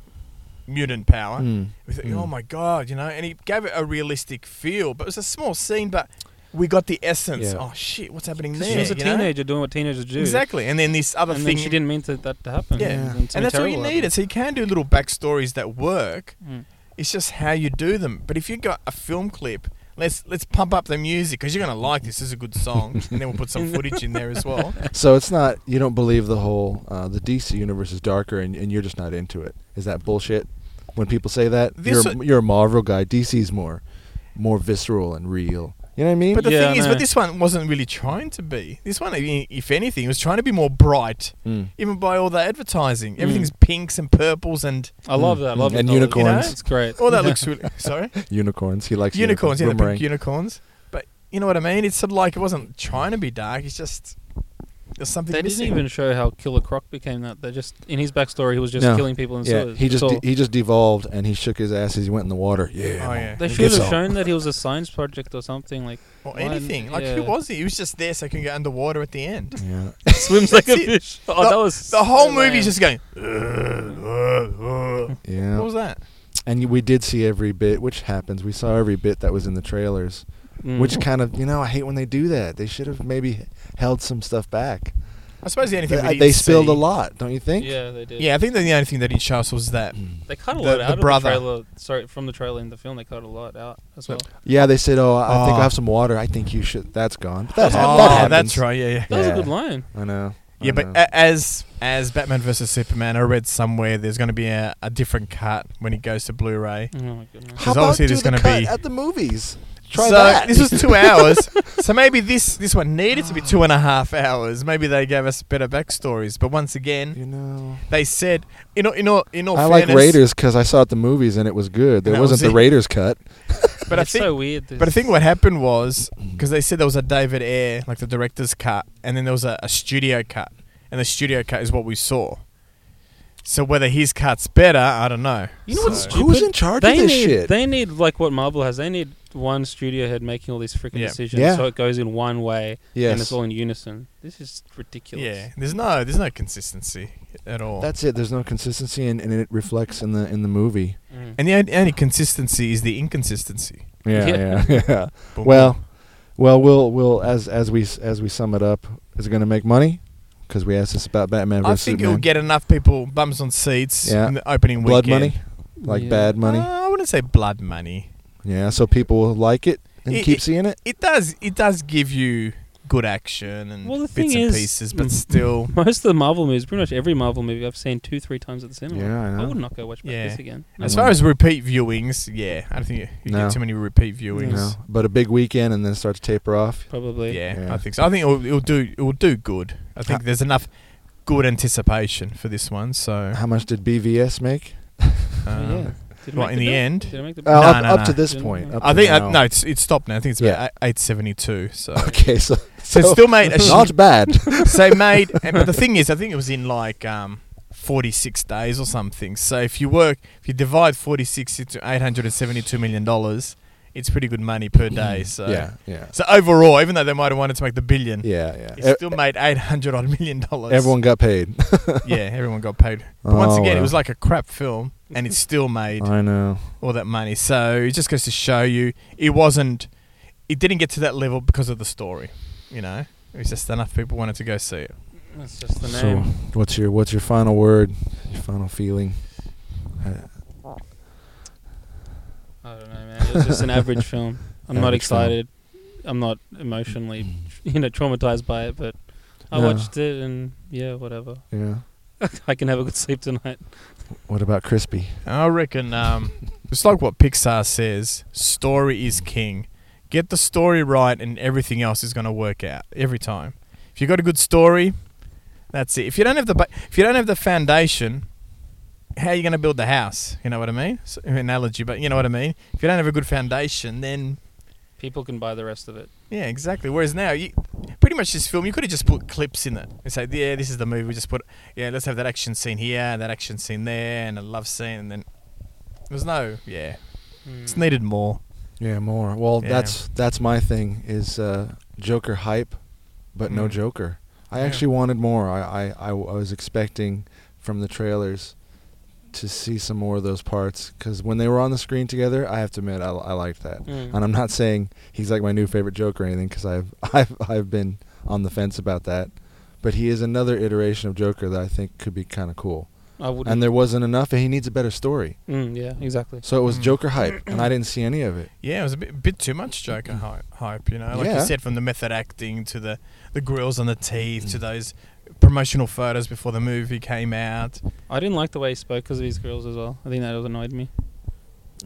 Speaker 3: mutant power.
Speaker 1: Mm.
Speaker 3: We think,
Speaker 1: Mm.
Speaker 3: oh my god, you know, and he gave it a realistic feel, but it was a small scene, but we got the essence.
Speaker 1: Yeah.
Speaker 3: Oh shit, what's happening there?
Speaker 2: She was a
Speaker 3: you know?
Speaker 2: teenager doing what teenagers do.
Speaker 3: Exactly, and then this other
Speaker 2: And
Speaker 3: thing,
Speaker 2: then she didn't mean to, that to happen.
Speaker 3: Yeah.
Speaker 2: and, something
Speaker 3: and that's all you
Speaker 2: terrible Mm.
Speaker 3: needed. So you can do little backstories that work.
Speaker 2: happened.
Speaker 3: It's just how you do them. But if you got a film clip, let's let's pump up the music because you're gonna like this. This is a good song, and then we'll put some footage in there as well.
Speaker 1: So it's not you don't believe the whole uh, the DC universe is darker, and, and you're just not into it. Is that bullshit? When people say that,
Speaker 3: This
Speaker 1: you're
Speaker 3: one-
Speaker 1: you're a Marvel guy. DC's more more visceral and real. You know what I mean?
Speaker 3: But the
Speaker 2: Yeah,
Speaker 3: thing
Speaker 2: I
Speaker 3: is,
Speaker 2: know.
Speaker 3: but this one wasn't really trying to be. This one, i- if anything, was trying to be more bright,
Speaker 1: Mm.
Speaker 3: even by all the advertising.
Speaker 2: Mm.
Speaker 3: Everything's pinks and purples and
Speaker 2: I love that. I love
Speaker 1: Mm.
Speaker 2: the
Speaker 1: And
Speaker 2: colours.
Speaker 1: unicorns.
Speaker 2: You know, It's great.
Speaker 3: all that looks really. Sorry.
Speaker 1: Unicorns. He likes
Speaker 3: unicorns, yeah, the
Speaker 1: Boomerang.
Speaker 3: pink unicorns. But you know what I mean? It's sort of like it wasn't trying to be dark. It's just there's something
Speaker 2: They didn't
Speaker 3: missing.
Speaker 2: even show how Killer Croc became that. They just in his backstory, he was just
Speaker 1: No.
Speaker 2: killing people in
Speaker 1: yeah,
Speaker 2: sewers.
Speaker 1: he
Speaker 2: That's
Speaker 1: just de-
Speaker 2: all.
Speaker 1: he just devolved and he shook his ass as he went in the water. Yeah.
Speaker 3: Oh, yeah.
Speaker 2: they
Speaker 1: Get
Speaker 2: should have
Speaker 1: some.
Speaker 2: shown that he was a science project or something like
Speaker 3: or
Speaker 2: Why-
Speaker 3: anything. Like
Speaker 2: yeah.
Speaker 3: who was he? He was just there so he can get underwater at the end.
Speaker 1: Yeah.
Speaker 2: swims like a
Speaker 3: That's it.
Speaker 2: fish. Oh, that was
Speaker 3: The whole
Speaker 2: so
Speaker 3: movie's
Speaker 2: lame.
Speaker 3: just going. "Uh, uh, uh."
Speaker 1: Yeah.
Speaker 3: What was that?
Speaker 1: and y- we did see every bit, which happens. We saw every bit that was in the trailers,
Speaker 2: Mm.
Speaker 1: which kind of you know I hate when they do that. They should have maybe held some stuff back.
Speaker 3: I suppose the only thing we
Speaker 1: They, uh,
Speaker 3: didn't
Speaker 1: they spilled
Speaker 3: see-
Speaker 1: a lot, don't you think? Mm.
Speaker 2: yeah they did
Speaker 3: Yeah, I think that the only thing that didn't show us was that.
Speaker 2: they cut a
Speaker 3: The-
Speaker 2: lot
Speaker 3: the
Speaker 2: out of
Speaker 3: brother.
Speaker 2: the trailer sorry from the trailer in the film they cut a lot out as well
Speaker 1: Yeah, they said, "Oh, I think
Speaker 3: Oh.
Speaker 1: I have some water. I think you should." That's gone. But That, hap-
Speaker 3: oh,
Speaker 1: that happens.
Speaker 3: that's right. Yeah, yeah.
Speaker 2: that was a
Speaker 1: Yeah.
Speaker 2: good line
Speaker 1: I know. I
Speaker 3: Yeah, but
Speaker 1: know.
Speaker 3: a- as as Batman versus Superman, I read somewhere there's going to be a, a different cut when it goes to Blu-ray.
Speaker 2: oh my goodness
Speaker 1: how
Speaker 3: there's
Speaker 1: about
Speaker 3: obviously
Speaker 1: do
Speaker 3: there's
Speaker 1: the
Speaker 3: gonna
Speaker 1: cut
Speaker 3: be-
Speaker 1: at the movies? Try
Speaker 3: so
Speaker 1: that.
Speaker 3: This was two hours. so maybe this this one needed to be two and a half hours. Maybe they gave us better backstories. But once again,
Speaker 1: you know.
Speaker 3: they said in all, in all, in all
Speaker 1: I like
Speaker 3: fairness,
Speaker 1: Raiders because I saw it at the movies and it was good. There
Speaker 3: that
Speaker 1: wasn't
Speaker 3: was
Speaker 1: the
Speaker 3: it.
Speaker 1: Raiders cut.
Speaker 3: But I
Speaker 2: it's
Speaker 3: think
Speaker 2: so weird this.
Speaker 3: but I think what happened was because they said there was a David Ayer like the director's cut, and then there was a, a studio cut, and the studio cut is what we saw. So whether his cut's better, I don't know.
Speaker 2: you know what's
Speaker 3: So-
Speaker 2: stupid
Speaker 1: Who's in charge
Speaker 2: they
Speaker 1: of this
Speaker 2: need
Speaker 1: shit?
Speaker 2: they need like what Marvel has they need one studio head making all these freaking
Speaker 3: Yeah.
Speaker 2: decisions
Speaker 1: Yeah.
Speaker 2: so it goes in one way and
Speaker 1: yes.
Speaker 2: it's all in unison this is ridiculous
Speaker 3: Yeah, there's no there's no consistency at all.
Speaker 1: That's it. There's no consistency and, and it reflects in the in the movie.
Speaker 2: Mm.
Speaker 3: and the on- only consistency is the inconsistency.
Speaker 1: Yeah,
Speaker 2: Yeah.
Speaker 1: yeah, yeah.
Speaker 3: Boom.
Speaker 1: Well, well, we'll we'll as as we s- as we sum it up, is it going to make money? Because we asked this about Batman
Speaker 3: I
Speaker 1: versus
Speaker 3: think
Speaker 1: Superman.
Speaker 3: it'll get enough people bums on seats
Speaker 1: Yeah.
Speaker 3: in the opening
Speaker 1: blood
Speaker 3: weekend.
Speaker 1: money, like
Speaker 2: Yeah.
Speaker 1: bad money.
Speaker 3: Uh, I wouldn't say blood money.
Speaker 1: yeah, so people will like it and
Speaker 3: It-
Speaker 1: keep
Speaker 3: it-
Speaker 1: seeing it.
Speaker 3: It does it does give you good action and
Speaker 2: Well, the
Speaker 3: bits
Speaker 2: thing
Speaker 3: and
Speaker 2: is- mm.
Speaker 3: pieces, but still,
Speaker 2: most of the Marvel movies pretty much every Marvel movie I've seen two three times at the cinema
Speaker 1: Yeah, I know.
Speaker 2: would not go watch back
Speaker 3: Yeah.
Speaker 2: this again
Speaker 1: I
Speaker 3: as
Speaker 1: know.
Speaker 3: far as repeat viewings, yeah, I don't think you, you
Speaker 1: No.
Speaker 3: get too many repeat
Speaker 1: You
Speaker 3: viewings.
Speaker 1: know, but a big weekend and then it starts to taper off.
Speaker 2: probably
Speaker 3: Yeah,
Speaker 1: Yeah.
Speaker 3: I think so. I think it'll, it'll do it'll do good. I think
Speaker 1: Ha-
Speaker 3: there's enough good anticipation for this one. So,
Speaker 1: How much did BVS make?
Speaker 3: um,
Speaker 2: Oh, yeah. Did it
Speaker 3: well,
Speaker 2: make
Speaker 3: in the
Speaker 2: bill?
Speaker 3: end-
Speaker 2: Did it make the
Speaker 1: Uh,
Speaker 2: bill?
Speaker 1: up,
Speaker 3: no,
Speaker 1: up
Speaker 3: no.
Speaker 1: to this
Speaker 2: Didn't-
Speaker 1: point.
Speaker 2: no.
Speaker 1: Up
Speaker 3: I
Speaker 1: to
Speaker 3: think
Speaker 1: now.
Speaker 3: uh, no, it's it's stopped now. I think it's about eight seventy two. So,
Speaker 1: Okay, so
Speaker 3: so it's
Speaker 1: so-
Speaker 3: still made a sh-
Speaker 1: not bad.
Speaker 3: so it made. and- But the thing is, I think it was in like um, forty six days or something. So if you work, if you divide forty six into eight hundred and seventy two million dollars, it's pretty good money per day. So
Speaker 1: Mm. yeah, yeah,
Speaker 3: So overall, even though they might have wanted to make the billion,
Speaker 1: yeah,
Speaker 3: it
Speaker 1: yeah.
Speaker 3: still made eight hundred odd million dollars.
Speaker 1: E- Everyone got paid.
Speaker 3: yeah, everyone got paid. But once
Speaker 1: Oh,
Speaker 3: again, it
Speaker 1: well.
Speaker 3: was like a crap film, and it still made
Speaker 1: I know.
Speaker 3: all that money. So it just goes to show you it wasn't, it didn't get to that level because of the story. You know, it was just enough people wanted to go see it.
Speaker 2: That's just the
Speaker 1: So,
Speaker 2: name.
Speaker 1: what's your what's your final word? Your final feeling? Uh,
Speaker 2: I don't know, man. It was just an average film. I'm not
Speaker 1: Average film.
Speaker 2: excited. I'm not emotionally, you know, traumatized by it. But I
Speaker 1: No.
Speaker 2: watched it, and yeah, whatever.
Speaker 1: yeah.
Speaker 2: I can have a good sleep tonight.
Speaker 1: What about crispy?
Speaker 3: I reckon um, it's like what Pixar says story is king. Get the story right, and everything else is going to work out every time. If you got a good story, that's it. If you don't have the ba- if you don't have the foundation, how are you going to build the house? You know what I mean? It's an analogy, but you know what I mean. If you don't have a good foundation, then
Speaker 2: People can buy the rest of it.
Speaker 3: Yeah, exactly. Whereas now, you pretty much this film, you could have just put clips in it and say, "Yeah, this is the movie." We just put, yeah, let's have that action scene here, and that action scene there, and a love scene, and then there was no, yeah,
Speaker 2: Hmm. Mm.
Speaker 3: it's needed more.
Speaker 1: Yeah, more. Well,
Speaker 3: Yeah.
Speaker 1: that's that's my thing is uh, Joker hype, but no
Speaker 3: Mm.
Speaker 1: Joker. I
Speaker 3: Yeah.
Speaker 1: actually wanted more. I, I, I w- I was expecting from the trailers to see some more of those parts because when they were on the screen together, I have to admit I, I liked that.
Speaker 2: Mm.
Speaker 1: And I'm not saying he's like my new favorite Joker or anything because I've I've I've been on the fence about that, but he is another iteration of Joker that I think could be kind of cool.
Speaker 2: I wouldn't.
Speaker 1: And there wasn't enough, and he needs a better story.
Speaker 2: Mm, yeah, exactly.
Speaker 1: So it was
Speaker 3: Mm.
Speaker 1: Joker hype, and I didn't see any of it.
Speaker 3: Yeah, it was a bit, bit too much Joker hy- hype, you know. Like
Speaker 1: Yeah.
Speaker 3: you said, from the method acting to the the grills on the teeth to those promotional photos before the movie came out.
Speaker 2: I didn't like the way he spoke because of his girls as well. I think that annoyed me.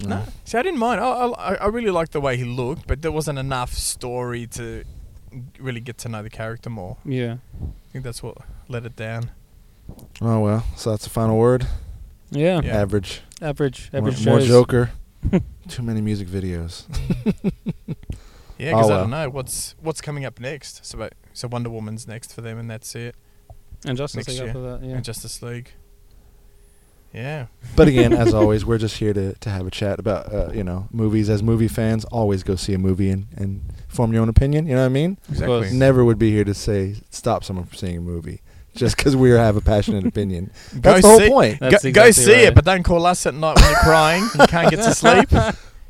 Speaker 1: Mm.
Speaker 3: No, see, I didn't mind. I, I I really liked the way he looked, but there wasn't enough story to really get to know the character more.
Speaker 2: Yeah.
Speaker 3: I think that's what let it down.
Speaker 1: Oh well, so that's the final word.
Speaker 2: Yeah.
Speaker 3: Yeah.
Speaker 1: Average.
Speaker 2: Average.
Speaker 1: More,
Speaker 2: Average.
Speaker 1: more
Speaker 2: shows.
Speaker 1: Joker. Too many music videos.
Speaker 3: Yeah, because
Speaker 1: Oh,
Speaker 3: I don't know what's what's coming up next. So, but- so Wonder Woman's next for them, and that's it.
Speaker 2: And Justice
Speaker 3: Next
Speaker 2: League
Speaker 3: year.
Speaker 2: after that. Yeah.
Speaker 3: And Justice League. Yeah,
Speaker 1: But again, as always, we're just here to, to have a chat about uh, you know movies. As movie fans, always go see a movie and, and form your own opinion. You know what I mean?
Speaker 2: course.
Speaker 3: exactly.
Speaker 1: Never would be here to say stop someone from seeing a movie just because we have a passionate opinion.
Speaker 3: Go
Speaker 1: That's the whole
Speaker 3: see,
Speaker 1: point.
Speaker 3: Go,
Speaker 2: That's
Speaker 3: go
Speaker 2: exactly
Speaker 3: see
Speaker 2: right.
Speaker 3: it, but don't call us at night when you're crying. You can't get to sleep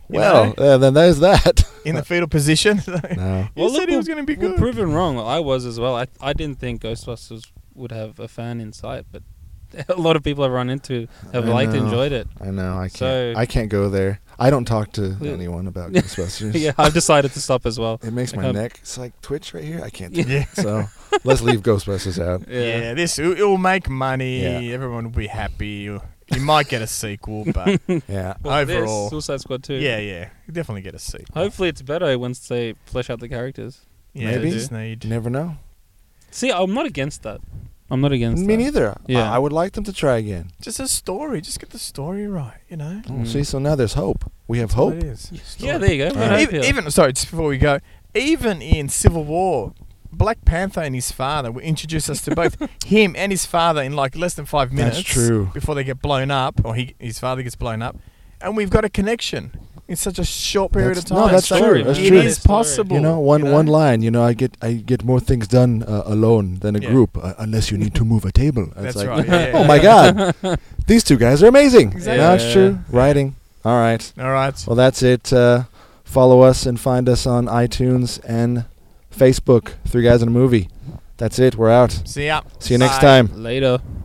Speaker 1: Well, uh, then there's that.
Speaker 3: in the fetal position.
Speaker 1: no.
Speaker 3: You said he was gonna be
Speaker 2: we're
Speaker 3: good.
Speaker 2: proven wrong. Well, I was as well. I I didn't think Ghostbusters would have a fan in sight, but a lot of people I've run into have
Speaker 1: I
Speaker 2: liked,
Speaker 1: know.
Speaker 2: enjoyed it.
Speaker 1: I know. I can't.
Speaker 2: So-
Speaker 1: I can't go there. I don't talk to
Speaker 2: Yeah.
Speaker 1: anyone about Ghostbusters.
Speaker 2: yeah, I've decided to stop as well.
Speaker 1: It makes my
Speaker 2: Um,
Speaker 1: neck. It's like twitch right here. I can't. Do
Speaker 3: yeah.
Speaker 1: it. So let's leave Ghostbusters out.
Speaker 3: yeah, This it will make money.
Speaker 1: Yeah.
Speaker 3: Everyone will be happy. You you might get a sequel, but
Speaker 1: Yeah.
Speaker 2: Well, there's
Speaker 3: Overall.
Speaker 2: Suicide Squad too.
Speaker 3: yeah, yeah, you definitely get a sequel.
Speaker 2: Hopefully, it's better once they flesh out the characters.
Speaker 3: yeah,
Speaker 1: Maybe.
Speaker 3: they just need.
Speaker 1: You never know.
Speaker 2: See, I'm not against that. I'm not against
Speaker 1: Me
Speaker 2: that.
Speaker 1: neither.
Speaker 2: Yeah.
Speaker 1: I, I would like them to try again.
Speaker 3: Just a story. Just get the story right, you know?
Speaker 1: Oh,
Speaker 2: Mm.
Speaker 1: See, so now there's hope. We have hope.
Speaker 3: It is.
Speaker 2: Yeah, there you go.
Speaker 1: All right.
Speaker 2: Right.
Speaker 3: even, even sorry, just before we go, even in Civil War, Black Panther and his father will introduce us to both him and his father in like less than five minutes.
Speaker 1: That's true.
Speaker 3: Before they get blown up, or he, his father gets blown up, and we've got a connection in such a short period
Speaker 1: That's-
Speaker 3: of
Speaker 1: no,
Speaker 3: time.
Speaker 1: that's
Speaker 3: So
Speaker 1: true,
Speaker 3: It
Speaker 1: that's
Speaker 3: is
Speaker 1: true.
Speaker 3: possible.
Speaker 1: You know, one
Speaker 3: you know?
Speaker 1: one line. You know, I get I get more things done uh, alone than a
Speaker 3: Yeah.
Speaker 1: group, uh, unless you need to move a table. It's
Speaker 3: That's
Speaker 1: like,
Speaker 3: right. yeah,
Speaker 1: Oh
Speaker 3: yeah,
Speaker 1: my
Speaker 3: yeah.
Speaker 1: God, these two guys are amazing.
Speaker 3: Exactly.
Speaker 1: No, it's
Speaker 2: Yeah.
Speaker 1: true. Writing. All right.
Speaker 3: All right.
Speaker 1: Well, that's it. Uh, follow us and find us on iTunes and Facebook. Three guys in a movie. That's it. We're out.
Speaker 3: See ya.
Speaker 1: See you next
Speaker 3: Bye.
Speaker 1: time.
Speaker 2: Later.